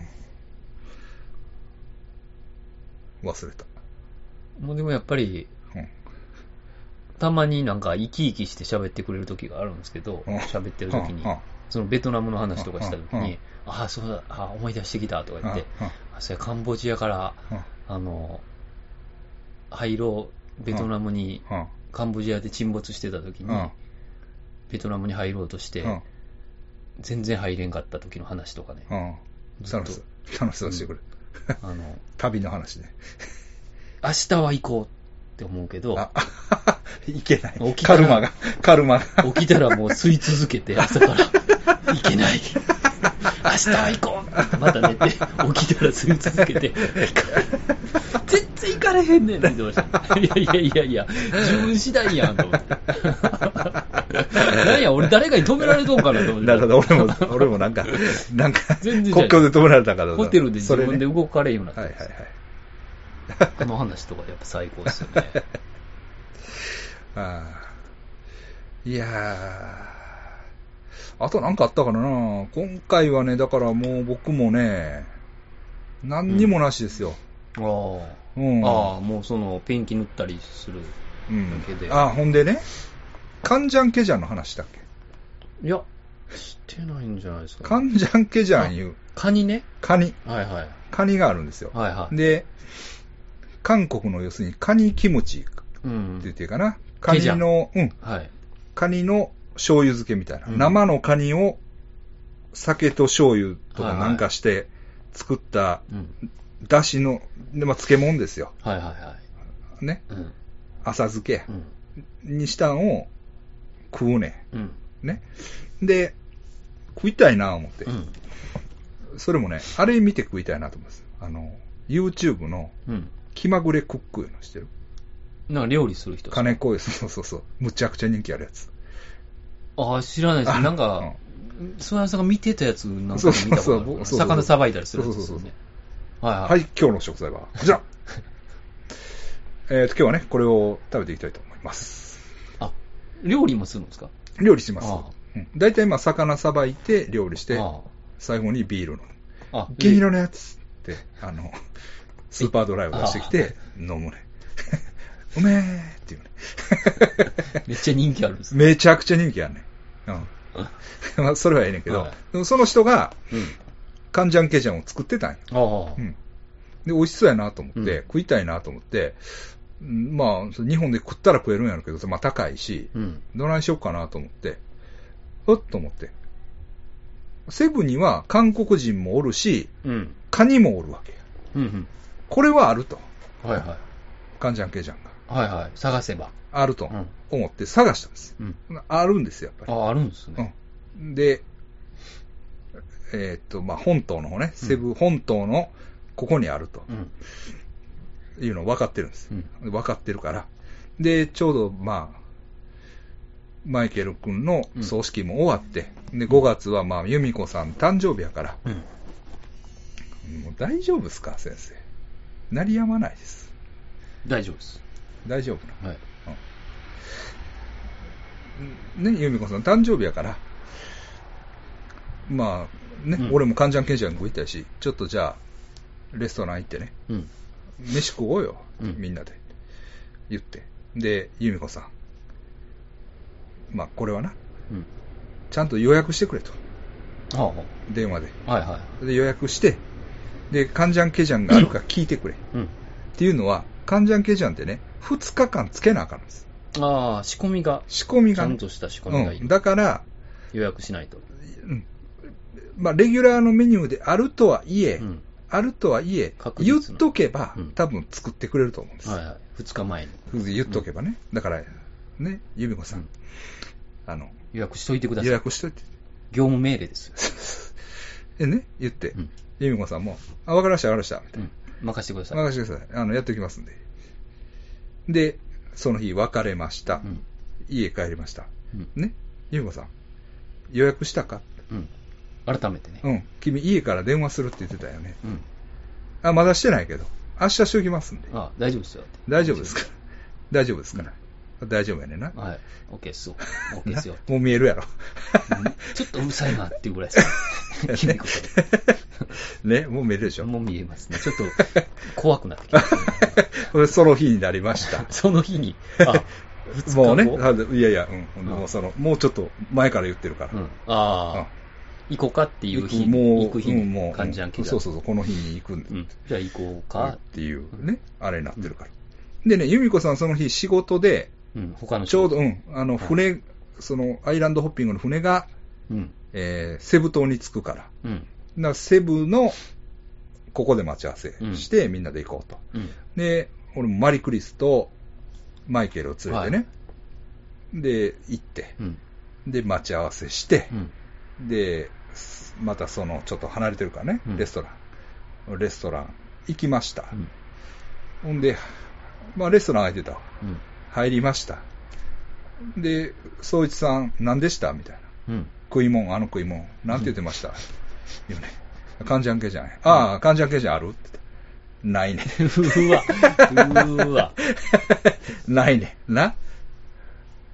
うん忘れた、
もうでもやっぱり、
うん
たまになんか生き生きして喋ってくれる時があるんですけど、
うん
喋ってる時に
うんうん、
そのベトナムの話とかした時
うんうん
に、ああ、そうだ、ああ、思い出してきたとか言って、
うんうん
あそれカンボジアから、あの、廃炉、ベトナムに、
うんうん
カンボジアで沈没してた時に、
うん
ベトナムに入ろうとして、
うん
全然入れんかった時の話とかね、
うん
ずっ
楽
と
し、楽しそうしてくれ。
あの、
旅の話ね。
明日は行こうって思うけど、
あ、 [laughs] いけな
起
い。
きた
カ
ら
ルマが、カルマが。
起きたらもう吸い続け [laughs] て、朝から、いけない。明日は行こうまた寝て、起きたら吸い続けて、全然行かれへんねんって言ってました。いやいやいやいや、自分次第やんと思って。なんや、俺誰かに止められとんかなと思って。
なるほど、俺も、俺もなん
[laughs]
か、なんか、
全然じゃな
国境
い
で止められたから。
ホテルで自
それね
分で動かれんようになって、
はいはいはい。
あの話とかやっぱ最高ですよね。
あーいやーあとなんかあったからな今回はね、だからもう僕もね、何にもなしですよ。
[laughs] ああ。
うん。
ああ、もうその、ペンキ塗ったりする。
うん
だけで
あ、ほんでね、カンジャンケジャンの話だっけ
いや、してないんじゃないですか。
カンジャンケジャンいう
カニね。
カニ、
はいはい。
カニがあるんですよ。
はいはい。
で、韓国の要するにカニキムチって
う
言っ
ん。
ていいかな。カ
ケ
ニ
ジャン
の、うん、
はい。
カニの醤油漬けみたいな。
うん
生のカニを酒と醤油と
は
か
いはい
なんかして作った
うん。
出汁の、でまあ、漬物ですよ。
はいはいは
ね。
い。うん。
浅漬け
うん。
にしたんを食うね
うん。
ん。ね。で、食いたいな思って
う。ん。
それもね、あれ見て食いたいなと思います。あの、YouTube の
うん。
気まぐれクックいうのしてる。
なんか料理する人。
金子湯、 [laughs] そうそうそう。むちゃくちゃ人気あるやつ。
ああ、知らないです。
あ
なんか、諏訪さんが見てたやつなん
そ
か
う
見
そう
たこ
そう
とあるな。
そうそうそう
魚さばいたりするやつですよ
そう
ね。はい
は
はい
い、今日の食材はこち
[laughs]
ら。えっと、今日はね、これを食べていきたいと思います。。
あ、料理もするんですか
料理します
ああ。
うん大体、まあ、魚さばいて、料理して、
あ
最後にビール飲む。
あ。あ、
銀
で
色のやつって、あの、スーパードライを出してきて、飲むね。 [laughs] うめーっていうね。 [laughs]
めっちゃ人気あるんですね。
めちゃくちゃ人気あるね。うん。 [laughs] まあ、それはええねんけど、
はい
でもその人が、
うん。
カンジャンケジャンを作ってたんよ。
あ
う。
あ
ん。で、美味しそうやなと思って、
うん
食いたいなと思って、うんまあ、そ日本で食ったら食えるんやろうけど、まあ高いし、
うん。
どないしようかなと思って、うっと思って。セブンには韓国人もおるし、
うん。
カニもおるわけや。
うん。
これはあると。
うん。はいはい。
カンジャンケジャンが。
はいはい。探せば。
あると
うん。
思って探したんです。
うん。
あるんですよ、やっぱり。
あ、あるんですね。
うん、で、えーっと、まあ、本島の方ね、セブ本島のここにあると
うん。
いうの分かってるんです。
うん。
分かってるから。で、ちょうど、まあ、マイケル君の葬式も終わって、で、5月は、まあ、由美子さん誕生日やから、
うん。
もう大丈夫ですか、先生。鳴りやまないです。
大丈夫です。
大丈夫な。
はい。
ね、由美子さん誕生日やから、まあ、ね、
うん
俺もカンジャンケンジャン食いたいし、ちょっとじゃあ、レストラン行ってね、
うん。
飯食おうよ、
うん
みんなで。言って。で、由美子さん。まあ、これはな、
うん。
ちゃんと予約してくれと。
ああ。
電話で。
はいはい。
で、予約して、で、カンジャンケジャンがあるか聞いてくれ。っ
うん。
ていうのは、カンジャンケジャンってね、2日間つけなあかんんです。
ああ、仕込みが、
仕込み
ち
が
ゃ
ね、
んとした仕込みがいい。
うん。だから、
予約しないと。
うんまあ、レギュラーのメニューであるとはいえ、
うん。
あるとはいえ、
確実
言っ
な
とけば、
うん
多分作ってくれると思うんです。
はいはい。二日前に
言っとけばね。だから、ね、ゆみこさん、
うん
あの、
予約しといてくださ
予
い。
約しといて。 [laughs]
業務命令ですよ。
でね、言って
う、ん。
由美子さんも、あ、わかりました、わかりました、みた
う
い
ん。任せてください。
な。任せてください。あの、やっておきますんで。で、その日別れました。
うん。
家帰りました。
うん。
ね、由美子さん、予約したか
うん。改めてね。
うん、君家から電話するって言ってたよね。
うん。
あ、まだしてないけど、明日しておきますんで。
あ、大丈夫ですよ。って
大丈夫ですから。大丈夫ですから。大丈夫やねんな。
はい。オッケーっ
[laughs]
すよ。オッケーっすよ。
もう見えるやろ。
うんちょっとうるさいなっていうぐらいで
[laughs]
すよ。君こ
ね、もう見えるでし
と
ょ。
もう見えます [laughs] ね。ちょっと怖くなってきましたね。
これその日になりました。
その日に。あ、
もうね、
2日後
あいやいや、うん、
ん
もうその、もうちょっと前から言ってるから。
うん。ああ、行こうかっていう
行
日
くもう
に、行く日
うんも
に
う
感じなんけど。
そうそうそう、この日に行くんだ
うん。じゃあ行こう
っ
か。
ていうね、あれになってるから。でね、由美子さんその日仕事で、
うん。他の
ちょう
ど。
ど、うん、あの、
はい
船、その、アイランドホッピングの船が、
うん。
えーセブ島に着くから。
うん。
なセブの、ここで待ち合わせして、みんなで行こうと。
うん。
で、俺もマリクリスとマイケルを連れてね、
は
で、行って、
うん。
で、待ち合わせして
う、ん。
で、すまたその、ちょっと離れてるからね、
うん
レストラン。レストラン行きました。
うん。
ほんで、まあ、レストラン空いてたわ。
うん。
入りました。で、総一さん、何でしたみたいな。
うん。
食い物、あの食い物、なんて言ってました、言うね。関ジャン系じゃない。ああ、関ジャン系じゃあるって言った
[laughs]
ないね。 [laughs]
うわ、うわ。
ないね。な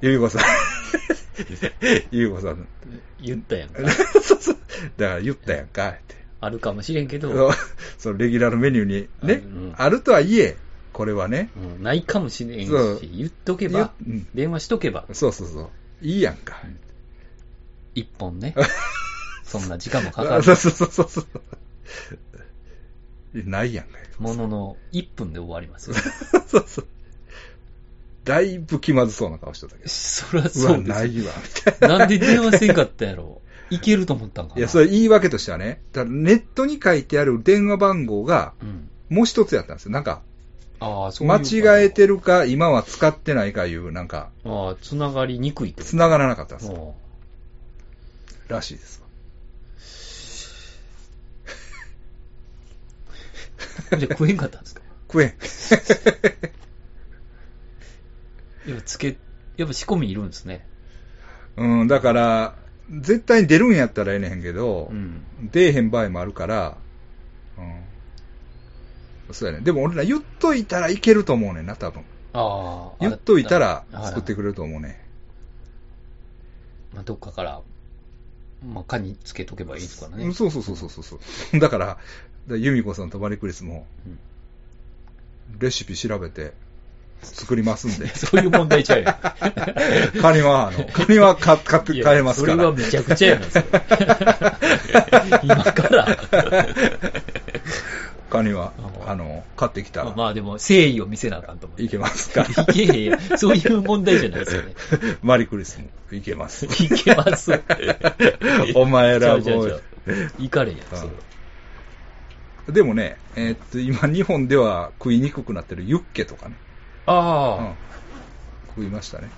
ゆうこさん。ゆうこさん。
言ったやんか。
そうそう。だから言ったやんか、って。
あるかもしれんけ
そ
ど
う、そのレギュラーのメニューにね、
うん
あるとはいえ、これはね、
うんないかもしれん
そう
し、言っとけば、
言ううん
電話しとけば、
そうそうそう。いいやんか。
一
[laughs]
本ね。そんな時間もかか
そう
る。
そうそうそうそう。ないやんか。
ものの1分で終わりますよ。
そうそう。だいぶ気まずそうな顔してたけど。
そりゃ
う
そ
わ、
うで
な
すよ。
いわ、みたいな。
なんで電話せんかったやろ。いけると思ったんかな。
いや、それ言い訳としてはね、だからネットに書いてある電話番号が、
うん。
もう一つやったんですよ。なんか、
ああ、そういう
間
こと
違えてるか、今は使ってないかいう、なんか、
ああ、つながりにくいってこと
繋がらなかったんですよ。
も
らしいですわ。
うじゃあ食えんかったんです [laughs] か
食えん。
やっぱつけ、やっぱ仕込みいるんですね。
うん、だから、絶対に出るんやったらええねんけど、
うん。
出えへん場合もあるから、うん。そうやね。でも俺ら言っといたらいけると思うねんな、多分。
ああ。
言っといたら
あ
作ってくれると思うね。
まあ、どっかから、まあ、かにつけとけばいいですからね。
うんそうそうそうそうそうそう。だから、だから由美子さんとマリクリスも、
うん。
レシピ調べて作りますんで
[laughs] そういう問題ちゃう
[laughs]
やん。
カニは、あの、カニは買買って
い
帰
や
れますか
それは
ら。
めちゃくちゃやな、それ
[laughs]
今から。
カニは
う、ん
あの、買ってきた
まあま
ら、
あでも、誠意を見せなあかんと思う。
いけます [laughs] から。
いけへんよ。そういう問題じゃないですよね。
マリクリスも、いけます。
いけます。
[laughs] お前ら
ちゃ
も
ちゃ
う。
ちゃいかれへんやん、それ
でもね、えーっと、今、日本では食いにくくなってるユッケとかね。う
あ
ん
あ、
食いましたね。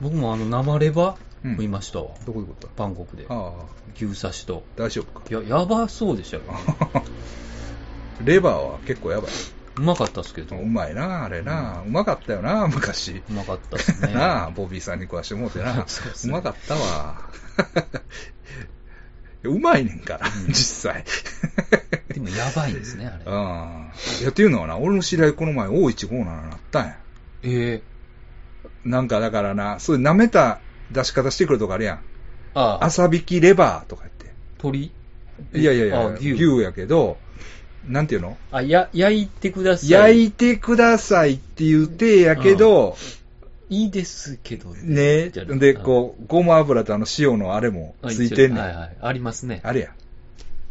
僕もあの、生レバ
うん
食いましたわ。
どこで食った
バンコクで。
ああ、
牛刺しと。
大丈夫か。 [laughs]
いや、やばそうでしたよ。
レバーは結構やばい。
うまかったっすけど。
う
う
まいな、あれな。うまかったよな、昔。
まかったっすね。
[laughs] なあ、ボビーさんに食わしてもうてな。
そうっす
う
ね
まかったわ。 [laughs] うまいねんから、実際。
でもやばいんですね、あれ
う。ん。いや、っていうのはな、俺の知り合いこの前 O157 なったんや。
ええ
なんかだからな、そういう舐めた出し方してくるとかあるやん。
ああ、
朝引きレバーとか言って。
鳥
いやいやいや、
あ
牛
牛
やけど、なんていうの
あ、や、焼いてください。
焼
い。
いてくださいっていう手やけど、
いいですけどね。
ね
じゃあ
で、こう、ごま油とあの塩のあれも
あ
ついてんねん。
はいはい。ありますね。
あれや。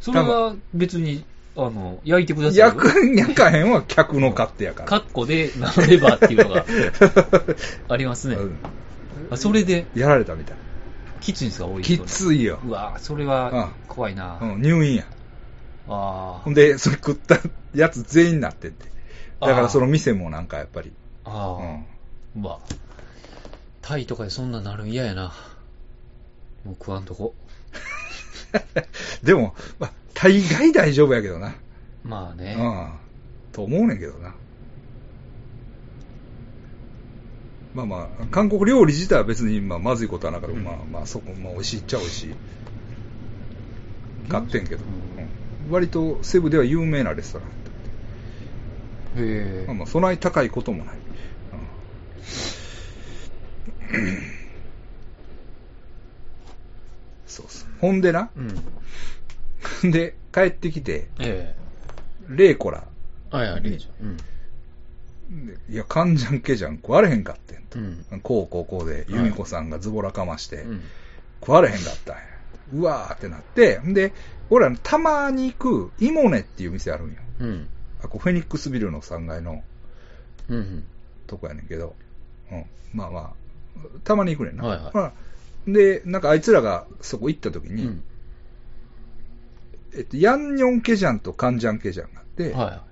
それは別に、あの、焼いてくださいよ。
焼くん焼かへんは客の勝手やから。
カッコで、ナレバーっていう
[laughs]
のがありますね。
うん
あそれで、
やられたみたい。
キッチンですか、多い人
き
に
ついよ。
うわぁそれは怖いな
う
ぁ
ん、入院や。
あ
ほんで、それ食ったやつ全員なってって。だからその店もなんかやっぱり。
あ。あ
う
あ
ん。
うわタイとかでそんなんなるん嫌やな。もう食わんとこ。
でも、まあ、大概大丈夫やけどな。
まあ
う
ね。
ん。と思うねんけどな。まあまあ、韓国料理自体は別にまあまずいことはなかったけど、
うん
まあまあそこ、まあ美味しいっちゃ美味しい。買ってんけど、
うん
うん割とセブでは有名なレストラン。
へ
まあまあ、そない高いこともない。うんそうそう。ほんでな、
うん。
で、帰ってきて、
ええ。
レイコラ。
あ、いや、レイちゃん。
でいや、かんじゃんけじゃん、食われへんかってんと。
うん。
こうこうこうで、由美子さんがズボラかまして、
うん。
食われへんかったんや。うわーってなって、んで、俺らたまに行く、イモネっていう店あるんよ。
うん。
あ、こうフェニックスビルの3階の
うん。
とこやねんけど、うん。まあまあ、たまに行くねんな。
はいはい
まあで、なんかあいつらがそこ行った時
う
に、
ん。
えっと、ヤンニョンケジャンとカンジャンケジャンがあって、
は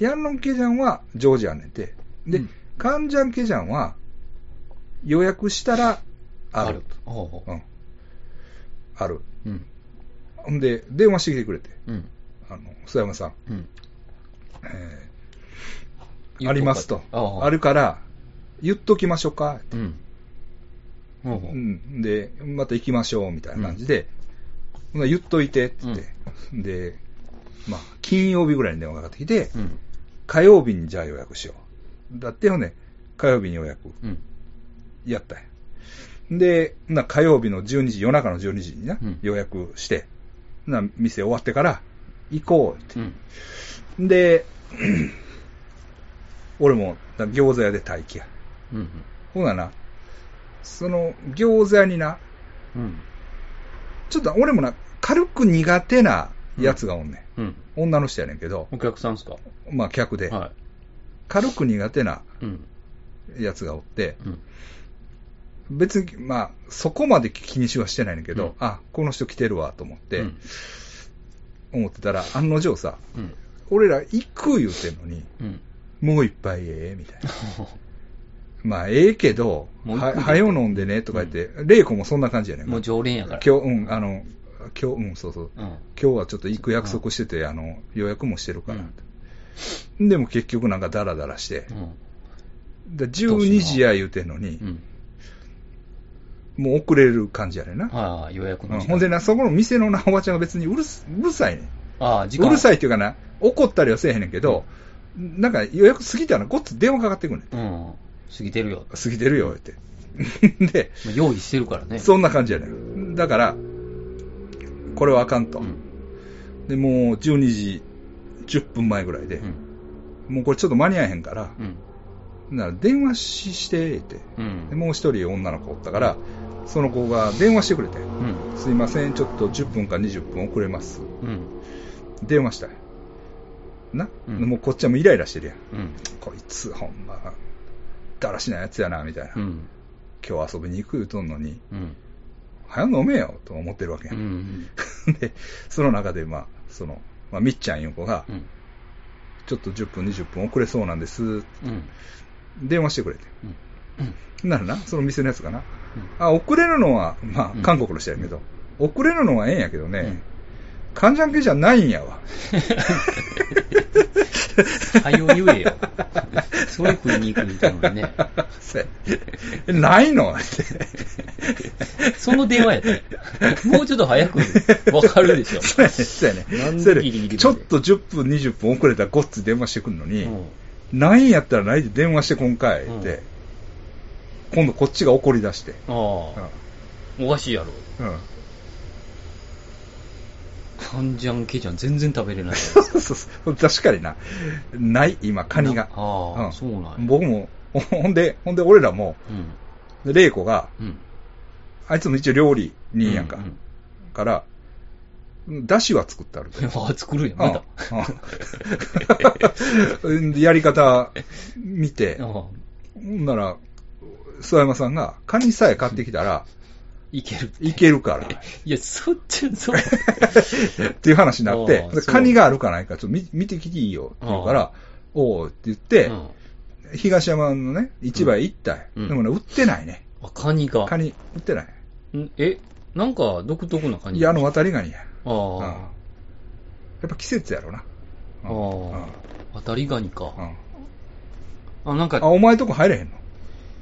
ヤンニョンケジャンはジョージアねんて、で、
うん
カンジャンケジャンは予約したら
い。
ある。あ
あ
る
る。。ほうほ
うん。ある。
う。うん。
ほんで、電話してきてくれて、
うん。
あの、須山さん、
うん。
えーありますと。
あ
あ
あ。
るから、言っときましょうか。
うん。ほう
う
ほう。
ん。で、また行きましょう、みたいな感じで、ほな言っといて、って言って、で、まあ、金曜日ぐらいに電話がかかってきて、
うん。
火曜日にじゃあ予約しよう。だってよね、火曜日に予約
うん。
やったんや。で、な火曜日の12時、夜中の12時にな、
うん
予約して、な店終わってから行こうって。
うん。
で、俺もな餃子屋で待機や。
うん。
ほなな、その餃子屋にな、
うん。
ちょっと俺もな、軽く苦手なやつがおんね
うん。
ん。女の人やねんけど、
お客さんですか
まあ客で、
は。
軽く苦手ない
うん。
やつがおって、
うん。
別に、まあ、そこまで気にしはしてないんだけど、
うん
あ、この人来てるわと思って、
うん。
思ってたら、案の定さ、
うん。
俺ら行く言うてんのに、
うん。
もう一杯ええみ
[laughs]
たいな。まあ、ええけど、
もう一杯
は、はよ飲んでねとか言って、玲子もそんな感じやねん。
[laughs] もう常連やから。
今日、うん、あの、今日、うん、そうそう。
うん。
今日はちょっと行く約束してて、あの、予約もしてるから
うん。
でも結局なんかダラダラして
う、ん。
で12時や言うてんのに、
うん。
もう遅れる感じやねんな。
はい。予約
う
の
ん
時間。
ほんでな、そこの店のな、おばちゃんが別にうるすうるさいねん。
ああ、時間。
うる
い。
さいっていうかな、怒ったりはせえへんねんけど、なんか予約過ぎたらごっつ電話かかってくんねん。
うん。過ぎてるよ。
過ぎてるよ、って。 [laughs] で、
まあ用意してるからね。
そんな感じやねん。だから、これはあかんと。
うん。
で、もう12時10分前ぐらいで、
うん。
もうこれちょっと間に合えへんから、
うん。
なら電話しして、って。
うん。
でもう一人女の子おったから、その子が電話してくれて、
うん。
すいません、ちょっと10分か20分遅れます。
うん。
電話したんやな、
うん
もうこっちはもうイライラしてるやん。
うん。
こいつ、ほんま、だらしないやつやな、みたいな。
うん。
今日遊びに行く言うとんのに、
うん。
早飲めよ、と思ってるわけや、。
うんん。
[laughs] で、その中で、まあ、その、まあ、みっちゃんいう子が、
うん。
ちょっと10分、20分遅れそうなんです、 [laughs]
うん。
電話してくれて。
うん。うん。
ならな、その店のやつかな。あ、遅れるのは、ま
う
あ、
ん
韓国の人やけど、遅れるのはええんやけど
うん
ね、患者系じゃないんや
[laughs]
わ。
はよ言えよ。それ食いに行くみたいなね。
せえないのって。
その電話やで。もうちょっと早くわかるでしょ。
そうやね、そうやね
なん。で
そうや
ギリギ
ね
リまで
ちょっと10分、20分遅れたらごっつ電話してくるのに、
うん
ないんやったらないで電話してこんかいって、今度こっちが怒り出して、
ああ、おかしいやろ。
うんうん
カンジャンケジャン全然食べれない。
そうそうそう確かにな、ない、今、カニが。
ああ
うん
そうなんや
僕も、ほんで、ほんで俺らも、
うん。
で玲子が、
うん。
あいつも一応料理人やんか、
ううん
から、だしは作ってあるで。
ああ、作るやん、 [laughs] また。
[laughs] うんうんやり方見て、
ああ
ほんなら、諏訪山さんが、カニさえ買ってきたら、
いける。
いけるから。
いや、そっち、それ。
っていう話になって
あ、あそう
カニがあるかないか、ちょっと見見てきていいよって言うから、おうって言って、
うん
東山のね、市場へ行ったよ、
うん
でもね、売ってないね。
あ、カニが。
カニ、売ってない。
んえ、なんか独特な感じ。
矢の渡りガニや。
あ
うん
あ、
やっぱ季節やろな。うん
ああ当たりガニか
う。んうん
あ、な
あ、
んか、
お前とこ入れへんの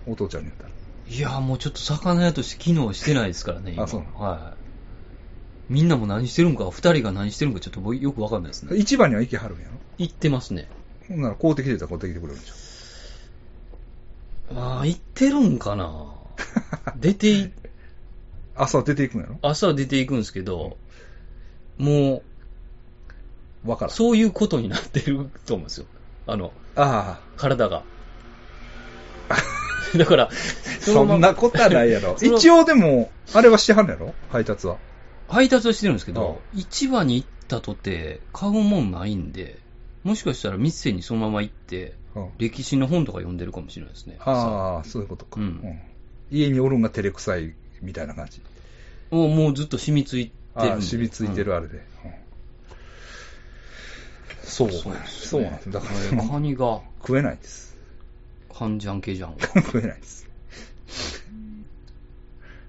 お父ちゃんに言ったら。
いや、もうちょっと魚屋として機能してないですからね、今
あそうなの
はい。みんなも何してるんか、二人が何してるんか、ちょっと僕よくわかんないですね。
市場には行きはるんやろ
行ってますね。
ほんなら買うてきてたら買うてきてくれるんちゃ
ああ、行ってるんか
[laughs]
な出てい、
う朝出ていくんやろ
朝出ていくんですけど、も
わか
う、
らん。
そういうことになってると思うんですよ。あの、
あ [laughs]
体が。だから、
あ、
の
そ
ま
ん
ま。
なことはないやろ
その
一応でも、あれはしてはんのやろ配達は。
配達はしてるんですけど、市場に行ったとて、買うもんないんで、もしかしたら店にそのまま行って、
うん
歴史の本とか読んでるかもしれないですね。さ
ああ、そういうことか。
うん
うん家におるんが照れくさいみたいな感じ。
あもうもうずっと染みついて
あ
るん
あ、
で。
染みついてるあれで。うんそう。
そうです
そうなんです。だから、
うん。カニが、
食えないです。
カンジャンケジャン。
食えないです。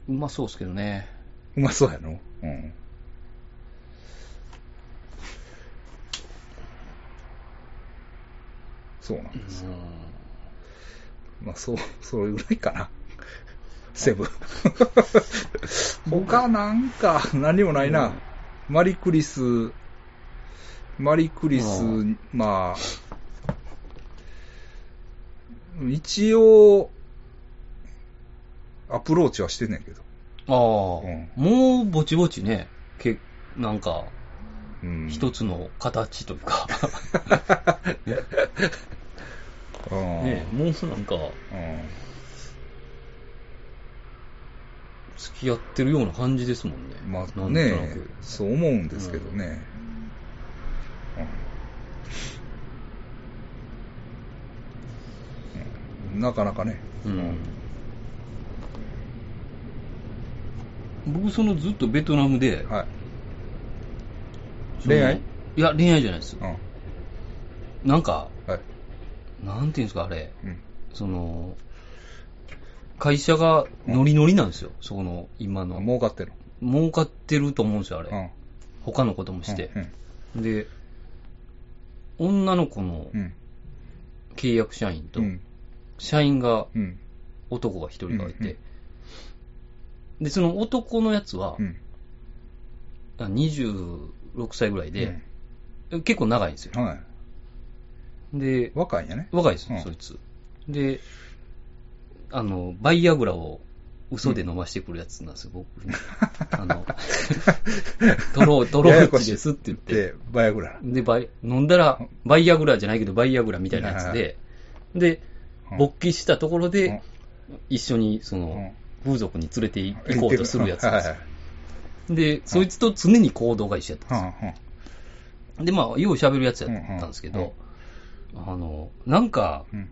うまそうですけどね。
うまそうやの。うん。そうなんです。
うん
まあ、そう、それぐらいかな。セブン。 [laughs] 他なんか、何もないな。マリクリス、マリクリス
う、
まあ、一応、アプローチはしてんねんけど。
ああ、
ん
もうぼちぼちね、けなんか、
うん
一つの形というか、
うん
ね、もうなんか、
うん
付き合ってるような感じですもんね。
ま
な
あ
んとな
ね
く、
そう思うんですけどね。うんうんなかなかね。
うん。僕、そのずっとベトナムで、
はい。
その
恋愛
いや、恋愛じゃないです
う。ん。
なんか、
はい。
なんていうんですか、あれ、
うん。
その、会社がノリノリなんですよ、そこの、今の。
儲かってる。
儲かってると思うんですよ、あれ。
うん。
他のこともして。
うん。
で、女の子の
うん。
契約社員と
う、ん。
社員が、
うん。
男が一人がい
うんうん
て、で、その男のやつは
う、ん。
あ26歳ぐらいで、結構長いんですよ
う。ん、はい。
で、
若いんやね。
若いですよ、
うん
そいつ。で、あの、バイアグラを嘘で飲ましてくるやつなんですよ、 [laughs] 僕に。あの、ドロー、ドロ
やや
ー
こ
チ
しい
ですって言って。
で、バイアグラ。
で、バイ、飲んだら、バイアグラじゃないけど、バイアグラみたいなやつで、で、
うん
勃起したところ
うん
で、一緒に、そうの
ん、
風俗に連れて行こうとするやつなん
は
で
い
す
は
よ
い。。
で、そいつと常に行動が一緒やったんですよ
うんうん
で、まあ、よう喋るやつやったんですけど、あの、なんか、
うん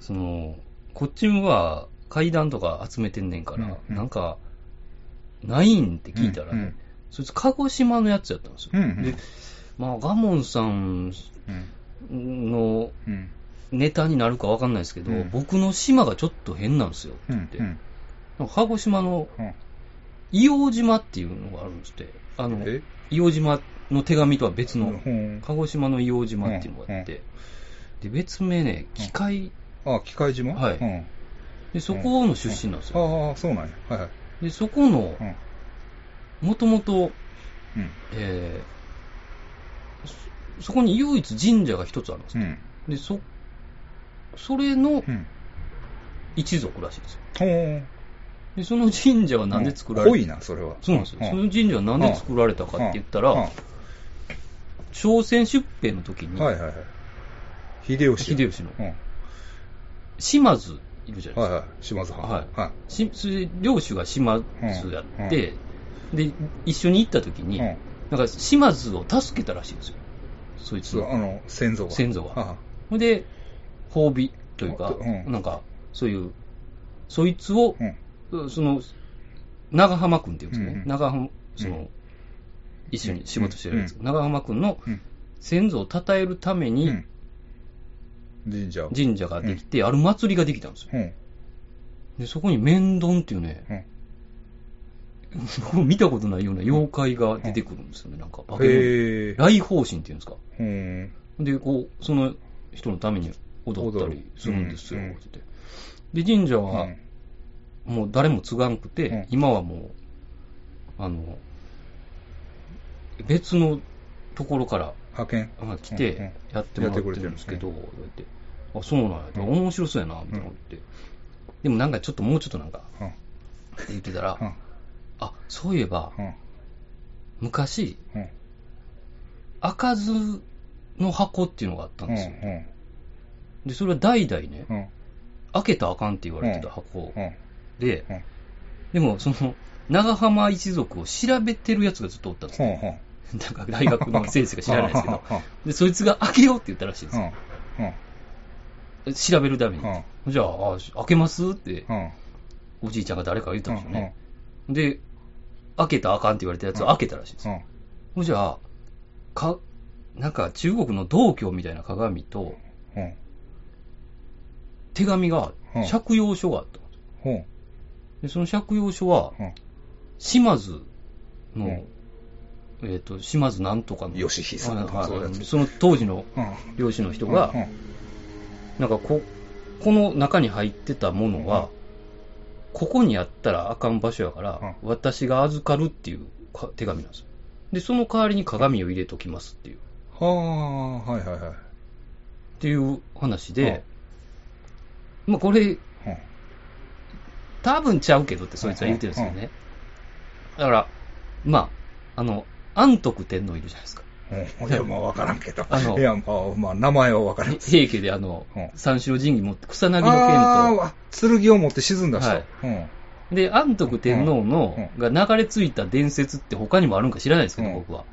その、こっちは階段とか集めてんねんから、
うんうん
なんか、ないんって聞いたらね、
うんうん
そいつ鹿児島のやつやったんですよ。
うんうん
で、まあ、ガモンさん
うん。
の
うん。
ネタになるかわかんないですけど、
うん
僕の島がちょっと変なんですよって
う
言
ん
って、なんか鹿児島の
うん。
硫黄島っていうのがあるんですって、あの、
え
硫黄島の手紙とは別の、
うん
鹿児島の硫黄島っていうのがあって、で別名ね、機械、
あ、機械島
はい
うん
でそこの出身なんですよ。
ああ、そうなんや。はいはい。
でそこの
う、ん。
もともと、
うん。
えーそそこに唯一神社が一つあるんです
う
よ
ん。
でそそれの
うん。
一族らしいんですよ。
ほー
でその神社はなんで作られ
濃
た、
いな、それは。
そうなんですよ。その神社はなんで作られたかって言った
うんうん
ら、朝鮮出兵の時に、
はいはいはい。秀吉。
秀吉の
うん。
島津いるじゃないですか
はいはい。島津藩。
はい
は
しそれ領主が島津やって、で一緒に行った時
い。
に、
うん。
なんか島津を助けたらしいんですよ、そいつ
そう
の。
あの、先祖が。
先祖が
は
ほんで、褒美というか、
うん
なんかそういう、そいつを
い、はい
その長浜君っていうんですよね、
うんうん
長浜その、
うん
一緒に仕事してるやつ、長浜君の
うん。
先祖を称えるため
うん。
に
うん神社を。
神社ができて、ある祭りができたんですよ。
うん。
でそこに面丼っていうね、
うん
もう見たことないような妖怪が出てくるんですよね、なんか。化け物
へえ。
来訪神っていうんですか。
うん。
で、こう、その人のために踊ったりするんですよ、
踊るうん
つってで、神社は
うん
もう誰も継がんくて、
うん
今はもう、あの、別のところから
派遣。
あ来
うんうん
てやってもらってるんですけど、ってあそうなんや、
うん
面白そうやな、みたいなこと言って、でもなんかちょっともうちょっとなんか、
うん
って言ってたら、
うん
あそういえば、
うん
昔、
うん
開かずの箱っていうのがあったん
うん
ですよ。で、それは代々ね、
うん
開けたらあかんって言われてた箱
うん
で、
うん
でもその、長浜一族を調べてるやつがずっとおったんですよ。
うん
[laughs] なんか大学の先生が知らないです
[laughs]
けど。
うん
で、そいつが開けようって言ったらしいんです
う
よ
んうん
調べるために。
うん
じゃあ、あ開けますって、
うん
おじいちゃんが誰かが言ったんですよ
うん
ね。で、開けたらあかんって言われたやつを開けたらしいんです
う
よ。
ん
じゃあ、か、なんか中国の道教みたいな鏡と
うん
手紙が
う、ん
借用書があったんですよ。
うん
で、その借用書は
うん、
島津
う
の
ん、
えっと、島津なんとかの、
義久
あ
とかそういうやつ
あその当時の
うん
漁師の人
うん
が、なんかこ、この中に入ってたものは、ここにあったらあかん場所やから、私が預かるっていうか手紙なんですよ。で、その代わりに鏡を入れときますっていう、っ
はあはいはいはい
ていう話で、まあこれ、多分ちゃうけどってそいつは言ってるんですよね。だから、まあ、あの、安徳天皇いるじゃない
[laughs]
ですか。
うんいやまあ分からんけど
あの
いやまあまあ名前は分からん
平家であの
うん、
三種神器持って、草薙
あ
の剣
ーあ剣を持って沈んだ人、
はい
うん
と、で、安徳天皇の、が流れ着いた伝説って他にもあるんか知らないですけど、
うん
僕は。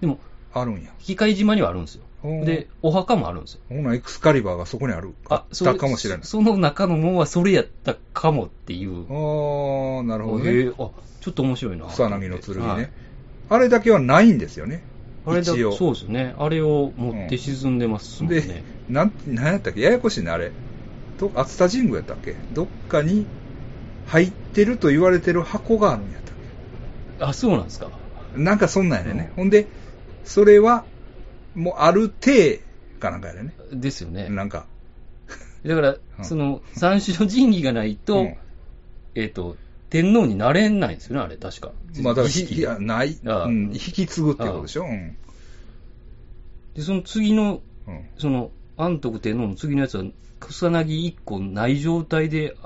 でも、
あるんや
機械島にはあるんですよ。
うん
で、お墓もあるんですよ。
ほなエクスカリバーがそこにあるあっ
そ
たかもしれない
その中のもんはそれやったかもっていう。
ああなるほど
へ
ね
えあ、ちょっと面白いな。
草薙の剣ね、
はい
あれだけはないんですよね
あれだ
一応
そうですね。あれを持って沈んでますもん
で
ね。、
なん、なんやったっけ、ややこしいな、あれ。ど、熱田神宮やったっけどっかに入ってると言われてる箱があるんやったっ
あ、そうなんですか。
けなんかそんなんやね。ほんで、それは、もうある体かなんかやね。
ですよね。
なんか。
だから、
うん
その、三種の神器がないと、
うん
えっ、と、天皇になれないんですよね、あれ、確か。
まあ、だから
儀式
いや、ない、
ああ
うん、引き継ぐってことでしょうん。
で、その次の、
うん。
その、安徳天皇の次のやつは、草薙一個ない状態で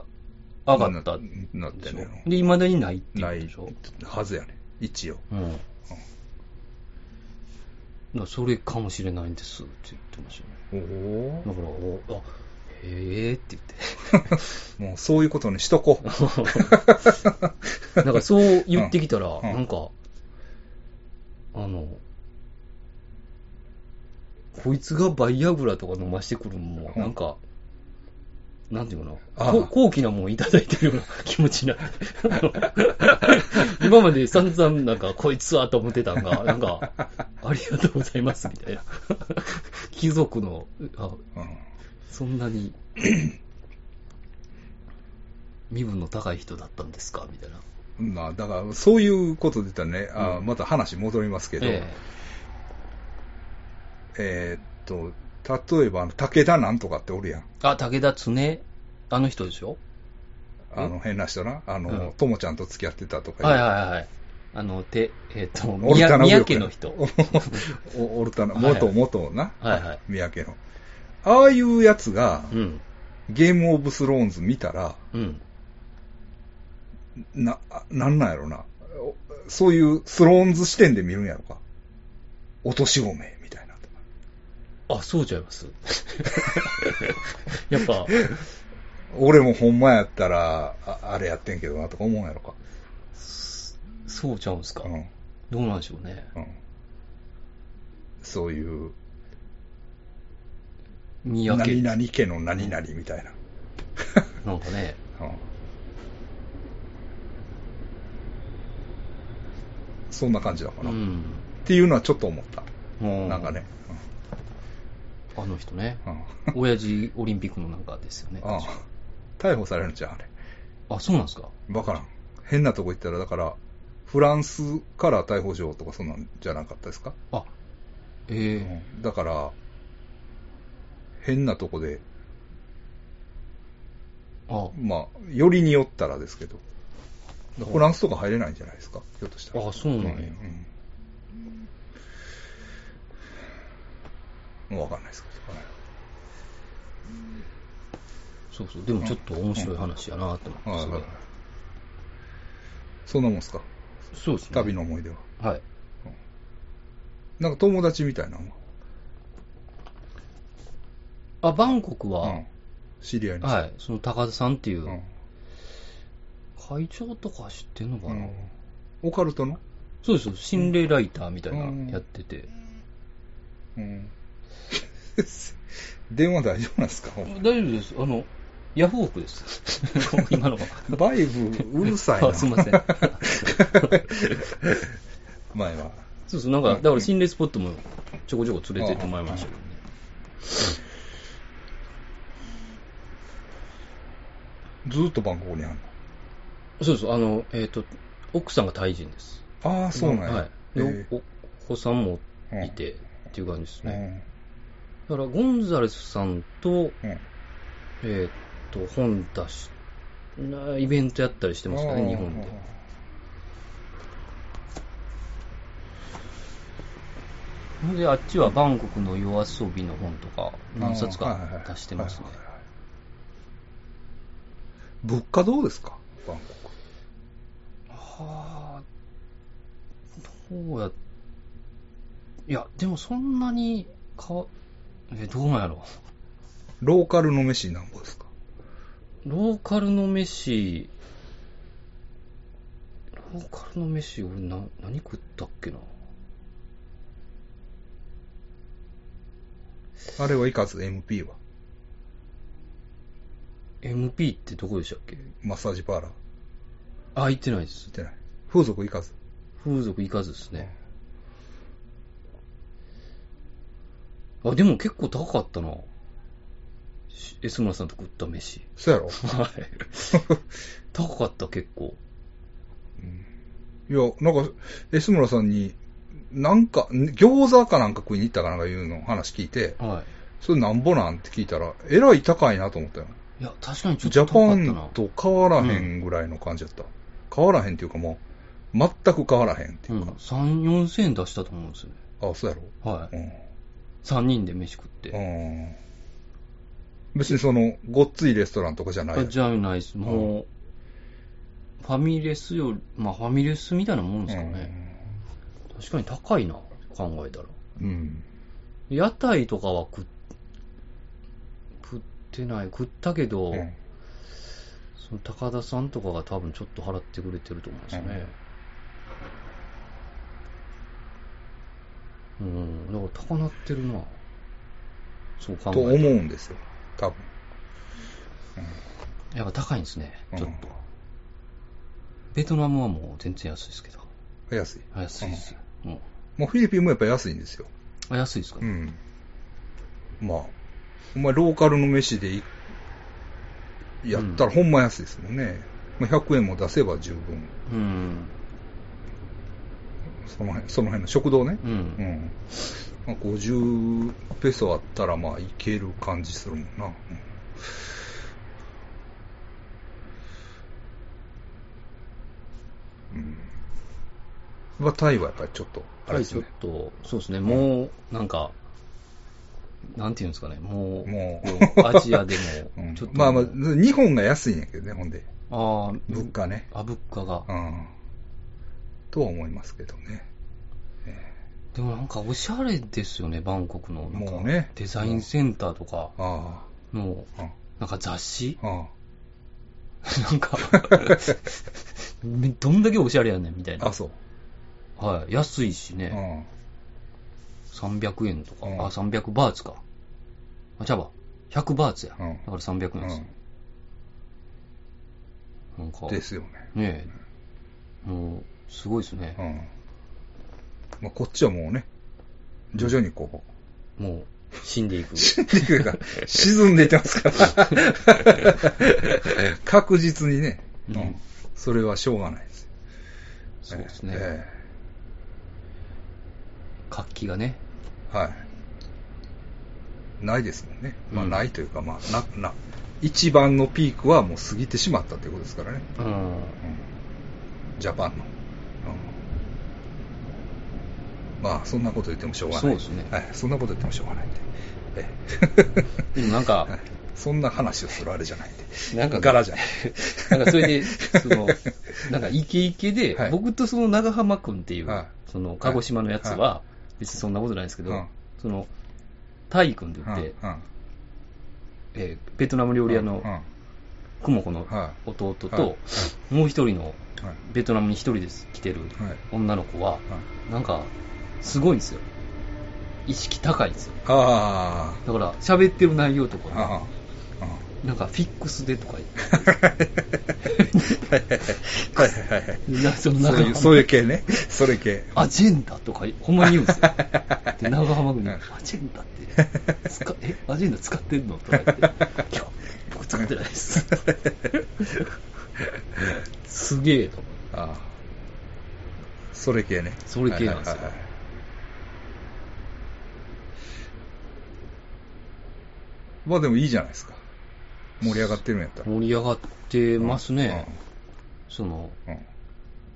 あ上がったん
なっ
で
て
しょ。
ね。
で、いまだにないっていう
な
こと
い
でしょ。
はずやね。一応。
うん。だからそれかもしれないんですって言ってましたね。
おお
だから、おあへえって
[laughs] もうそういうことにしとこう。
言って。 [laughs] なんかそう言ってきたら、
ん
なんか、あの、こいつがバイアグラとか飲ましてくるのも、
うん
なんか、なんていうかな、
あ
こ高貴なもんいただいてるような [laughs] 気持ちになる。 [laughs] 今まで散々なんか、こいつはと思ってたんが、なんか、ありがとうございますみたいな。 [laughs] 貴族の、あ
うん。
そんなに [clears throat] 身分の高い人だったんですかみたいな。
まあ、だから、そういうことで言ったらね、あーまた話戻りますけど、
え
えーっと、例えば、あの武田なんとかっておるやん。
えあ、武田常、あの人でしょ
あの、変な人な。あ
うん
の、ともちゃんと付き合ってたとかいう。
はいはいはい。あの、て、えっ、と、
オル
宮
タナ右
宮
翼
家
や
の人。
[laughs] おオルタナ、
はいはい
元、元な。
はいはい。
宮家の。ああいうやつが、
うん。
ゲームオブスローンズ見たら、
うん。
な、なんなんやろな。おそういうスローンズ視点で見るんやろか。落とし込め、みたいなとか。
あ、そうちゃいます。 [laughs] やっぱ、
俺もほんまやったら、ああれやってんけどなとか思うんやろか。
そうちゃうんすか、
うん。
どうなんでしょうね。
うん。そういう、
宮
何
家。
々家の何々みたいな。 [laughs]
なんかね、
うんそんな感じだか
う
な。っ
ん。
ていうのはちょっと思った。
もう
なんかね。
あの人ね。
うんうん
親父オリンピックのなんかですよね。
ああ
確か
逮捕されるんちゃうあれ。
あ、そうなんですか
わからん。変なとこ行ったら、だから、フランスから逮捕状とかそんなんじゃなかったですか、
あ、え
うんだから、変なとこで、
えあ、
まあ、よりによったらですけど、だからフランスとか入れないんじゃないですか、ひょっとしたら。
あそうなんや
うんもうわかんないですけど、はい
そうそう、でもちょっと面白い話やなと思って、
は
そ
いは
れ
いはいそんなもんっすか
そうですね。
旅の思い出は。
はい。
なんか友達みたいなのは
あ、バンコクは、
うん知り合いにし
はい、その高田さんってい
た
う、
うん
会長とか知ってんのか
う
な、
んオカルトの
そうです、心霊ライターみたいなのやってて、
うん [laughs] 電話大丈夫なんですか
大丈夫です、あの、ヤフオクです、 [laughs] 今のは。
バイブうるさい
[laughs]
な。
あすいません。
前は。
そうそう、なんか、だから心霊スポットもちょこちょこ連れてってもらいましたけどね。
ずっとバンコクにある
そうそう、あの、えっ、と、奥さんがタイ人です。
の。ああ、そうなんや。
はい。
え
で
ー
おおお子さんもいて、っていう感じですね。だから、ゴンザレスさんと、
うんうん
えっ、と、本出し、なイベントやったりしてますか
あ
ね、
ー
日本で。で、あっちはバンコクの夜遊びの本とか、何冊
あーはいはいは
か
い
出してますね
はい。はいはい物価どうですかバンコク。
はあ、どうや、いや、でもそんなに変わ、え、どうなんやろ
ローカルの飯なんぼですか
ローカルの飯、ローカルの飯、俺な、何食ったっけな。
あれはいかず MP は。
MP ってどこでしたっけ
マッサージパーラー。
あ、行ってないです
行っ。てない。風俗いかず。
風俗行かずですね。あ、でも結構高かったな。しエスムラさんと食った飯。
そうやろ、
はい。 [laughs] 高かった、結構。
いや、なんか、安村さんに、なんか、餃子かなんか食いに行ったかなんかいうの話聞いて、
は
それなんぼなんって聞いたら、えらい高いなと思ったよ。
い。いや、確かにち
ジ
ょっと
ャ
高か
パ
ったな。
ンと変わらへんぐらいの感じだった。変わらへんっていうかもう、全く変わらへんって
う
い
ん、
うか。
3、4000円出したと思うんですよね。
あ、そうやろ
は
う
い。
ん。
3人で飯食って。
うん。別にその、ごっついレストランとかじゃない。
あじゃあないです。もう、ファミレスより、まあファミレスみたいなもんですかね。確かに高いな、考えたら。
うん。うん。
屋台とかは食っ食ってない食ったけど、
うん
その高田さんとかが多分ちょっと払ってくれてると思うんですよねうん、だから高なってるなそう考
と思
える
うんですよ。多分。
とやっぱ高いんですね
うん
ちょっと、ベトナムはもう全然安いですけど
安い。
安いですよ、も
もうフィリピンもやっぱ安いんですよ。
うあ安いですか、
うん。まあ、お前ローカルの飯でいやったらほんま安いですもんね。まあ100円も出せば十分。
うん
その辺、その辺の食堂ね。
うん
うん。まあ、50ペソあったらまあいける感じするもんな。うんうん。まあタイはやっぱりちょっと、あれ
は
で
い、
す
ちょっ
ね。
と、そうですね、もう、なんか、なんていうんですかね、もう、
も
こうアジアで
[laughs] うん
も、ちょっと、
まあまあ、日本が安いんやけどね、ほんで。
あー、
物価ね。
あ、物価が。
うん。とは思いますけどね。
でもなんか、おしゃれですよね、バンコクの。なんか
もうね
デザインセンターとか
あ
の、
あ、うん
なんか雑誌
あ
[laughs] な
[laughs]
んか、めどんだけおしゃれやねん、みたい
あ、
な
あ、。そう。
はい、安いしね、
うん。
300円とか、
うん
あ、300バーツか。あ、ちゃうわ、100バーツや。
うん
だから300円です。なんか、
ですよね。
ねえ、もう、すごいですね
う。ん。まあ、こっちはもうね、徐々にこう、
もう、死んでい
[laughs]
く。
沈んでいくから、沈んでいってます
[laughs]
から。確実にね、う
うん
ん。それはしょうがないです。
そうですね。
え
活気がね。
えはい。ないですもんね。まあ、
うん
ないというか、まあ、な、な、一番のピークはもう過ぎてしまったということですからね。
うん。
うんジャパンの。うんまあ、そんなこと言ってもしょうがない。
そうですね
はい、そんなこと言ってもしょうがないんで。ええ
でもなんか
はいそんな話をするあれじゃ [laughs] ないんで。
なんか
柄じゃない。
[laughs] なんかそれで、その、なんかイケイケ
[laughs]
で、
はい
僕とその長浜くんっていう、
はい
その鹿児島のやつは
は、
別にそんなことないんですけど、
うん
その、タイ君って言って、
うんうん
えーベトナム料理屋の
うんうん
クモコの
は
弟と、
はい
もう一人の、
はい
ベトナムに一人です来てる
はい
女の子は、
はい
なんか、すごいんですよ。意識高いんですよ。
あ
だから、喋ってる内容とか
あ
ね、
ああ。
なんかフィックスでとか言って
[laughs] はいはいはいはい
なその
そ
中
ういう、そういう系ね。それ系。
アジェンダとか、ほんまに言うん
[laughs]
ですよ。で、長浜君に、アジェンダって、使え、アジェンダ使ってんのとか言
[laughs]
って、いや、僕使ってないです。すげえと思う。
ああ。それ系ね。
それ系なんですよ
はいはいはいはいまあでもいいじゃないですか。盛り上がってるんやったら。
盛り上がってますね。その、
うん。うん。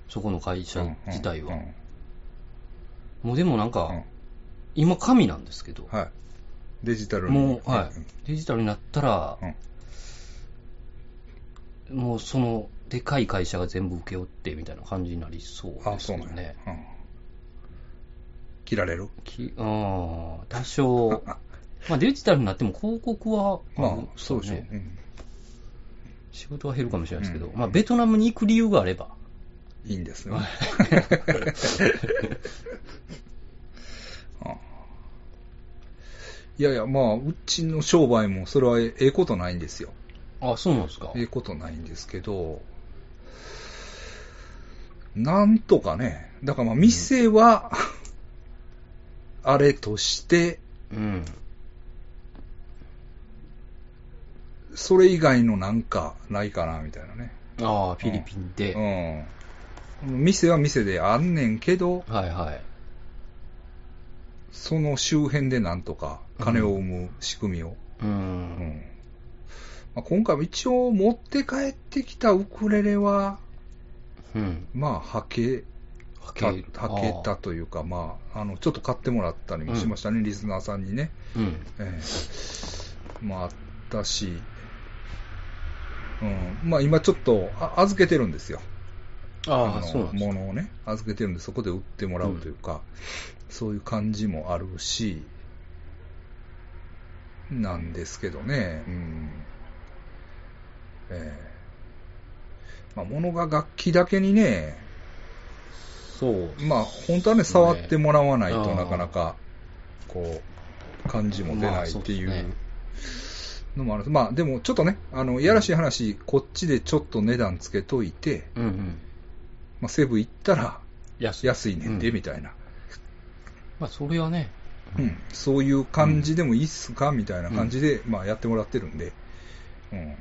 そこの会社
うん
自体は
うん。
もうでもなんか、
うん
今神なんですけど、
はい。デジタルに
もう、はい。デジタルになったら
う、ん。
もうその、でかい会社が全部請け負ってみたいな感じになりそう
あ、
です
そう
よ
なんや
ね。。
うん。切られる
きああ、多
[laughs]
少、まあデジタルになっても広告は、
まあ
る、
そうでしょう。
ね
うん。
仕事は減るかもしれないですけど、
うん
まあベトナムに行く理由があれば、
いいんですよ。あいやいや、まあ、うちの商売もそれはええことないんですよ。
あそうなんですか。
ええことないんですけど、なんとかね、だからまあ店は、あれとして、
うん。
それ以外のなんかないかな、みたいなね。
ああ、フィリピンで。
うん。店は店であんねんけど、
はいはい。
その周辺でなんとか金を生む仕組みを。
う
うん
ん。
まあ、今回も一応持って帰ってきたウクレレは、
うん。
まあ、はけ
は
た、はけた。というか、まあ、あの、ちょっと買ってもらったりもしましたね、リスナーさんにね。
うん。
ええまあ、あったし、うん、まあ今ちょっとあ預けてるんですよ。
ああ、
の
そうなんです
ものをね、預けてるんで、そこで売ってもらうというか、そういう感じもあるし、なんですけどね、うん。ええまあ、物が楽器だけにね、
そう。
まあ、本当はね、触ってもらわない
ね
と
あー
なかなか、こう、感じも出ないってい
まあそう
う
で
のもある。まあ、でもちょっとね、あの、いやらしい話、こっちでちょっと値段つけといて、
うんうん。
まあ、セブン行ったら、
安い。
安いねんで、
うん
みたいな、
まあそれはね。
うん、そういう感じでもいいっすか、みたいな感じで、まあ、やってもらってるんで、うん、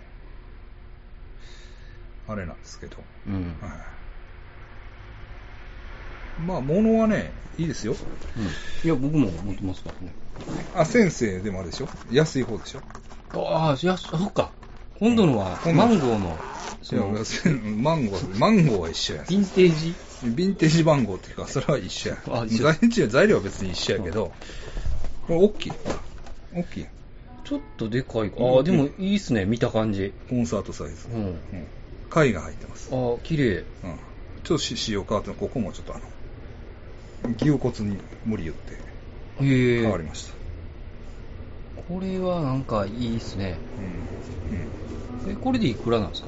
あれなんですけど、
うん。
はい、まあ、物はね、いいですよ。
うんいや、僕も持ってますからね。
あ、先生でもあれでしょ安い方でしょ
ああ、いや、そっか。今度のは、
うん
マンゴーの、
い
そ
や
の、ヴ
別にマンゴー、マンゴーは一緒やん。ヴ
ィンテージ
ィンテージマンゴーっていうか、それは一緒や
あ
ん。
一緒
材料材料は別に一緒やけど、これ大きい。大きいやん。
ちょっとでかいか。ああ、でもいいっすね、見た感じ。
コンサートサイズ。
う
うん
ん。
貝が入ってます。
ああ、綺麗。
うんちょっとし仕様変わっても、ここもちょっとあの、牛骨に無理言って
へえ。
変わりました。
これはなんかいいっすね。
うんうん
え、これでいくらなんですか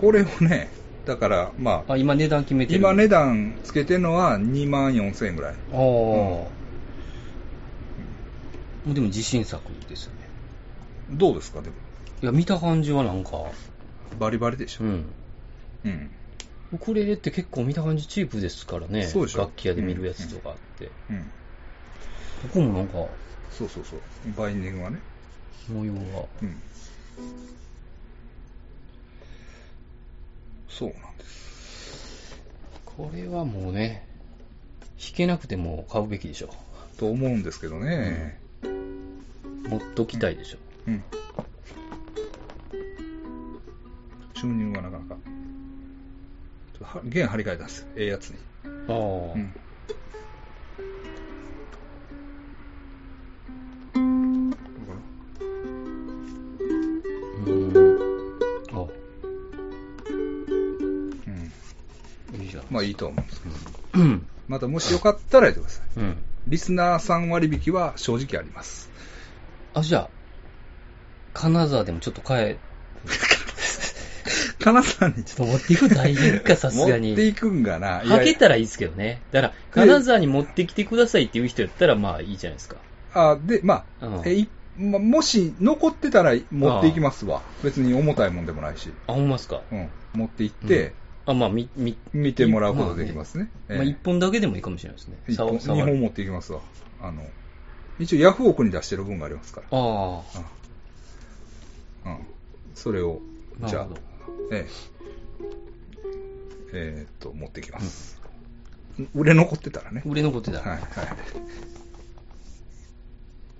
これをね、だから、まあ、
あ、今値段決めてる。
今。値段つけてるのは2万4000円ぐらい。
ああ。もうでも自信作ですよね。
どうですか、でも。
いや、見た感じはなんか、
バリバリでしょ
う。ん。
うん。
ウクレレって結構見た感じチープですからね。
そうでしょ
楽器屋で見るやつとかあって。
うん。
ここもなんか、
そうそうそう。バインディングはね。
模様が。
うん。そうなんです。
ここれはもうね、引けなくても買うべきでしょ。
と思うんですけどね。
持っときたいでしょ。
うん。収入がなかなか。ちょっとは弦張り替えたんですよ。ええやつに。
ああ、
うん。
うん。あ、
うん。
いいじゃん。
まあいいと思うんですけど。
[clears throat] うん。
またもしよかったら言ってください。
うん。
リスナー3割引きは正直あります。
あ、じゃあ、金沢でもちょっと買え、
かなさんに
ちょっと持っていく大変か、さすが
持
に。
っていくんがな。いや
はけたらいいですけどね。だから、金沢に持ってきてくださいっていう人やったら、まあいいじゃないですか。
あで、まあ、
うん
えいまもし残ってたら持っていきますわ。別に重たいもんでもないし。
あ、ほんまっすか。
うん。持って行って、
あ、まあ、み、み、
見てもらうことできますね。
まあ、
ええ
一本だけでもいいかもしれないですね。
一
さ
本
わ
二
触
本
る。
持っていきますわ。あの、一応ヤフオクに出してる分がありますから。
ああ、
うん。うんそれを、
な
じ
る
ゃあ
ほど。、
ええ。えーっと、持ってきます。売れ残ってたらね。
売れ残ってたら。
はい、はい。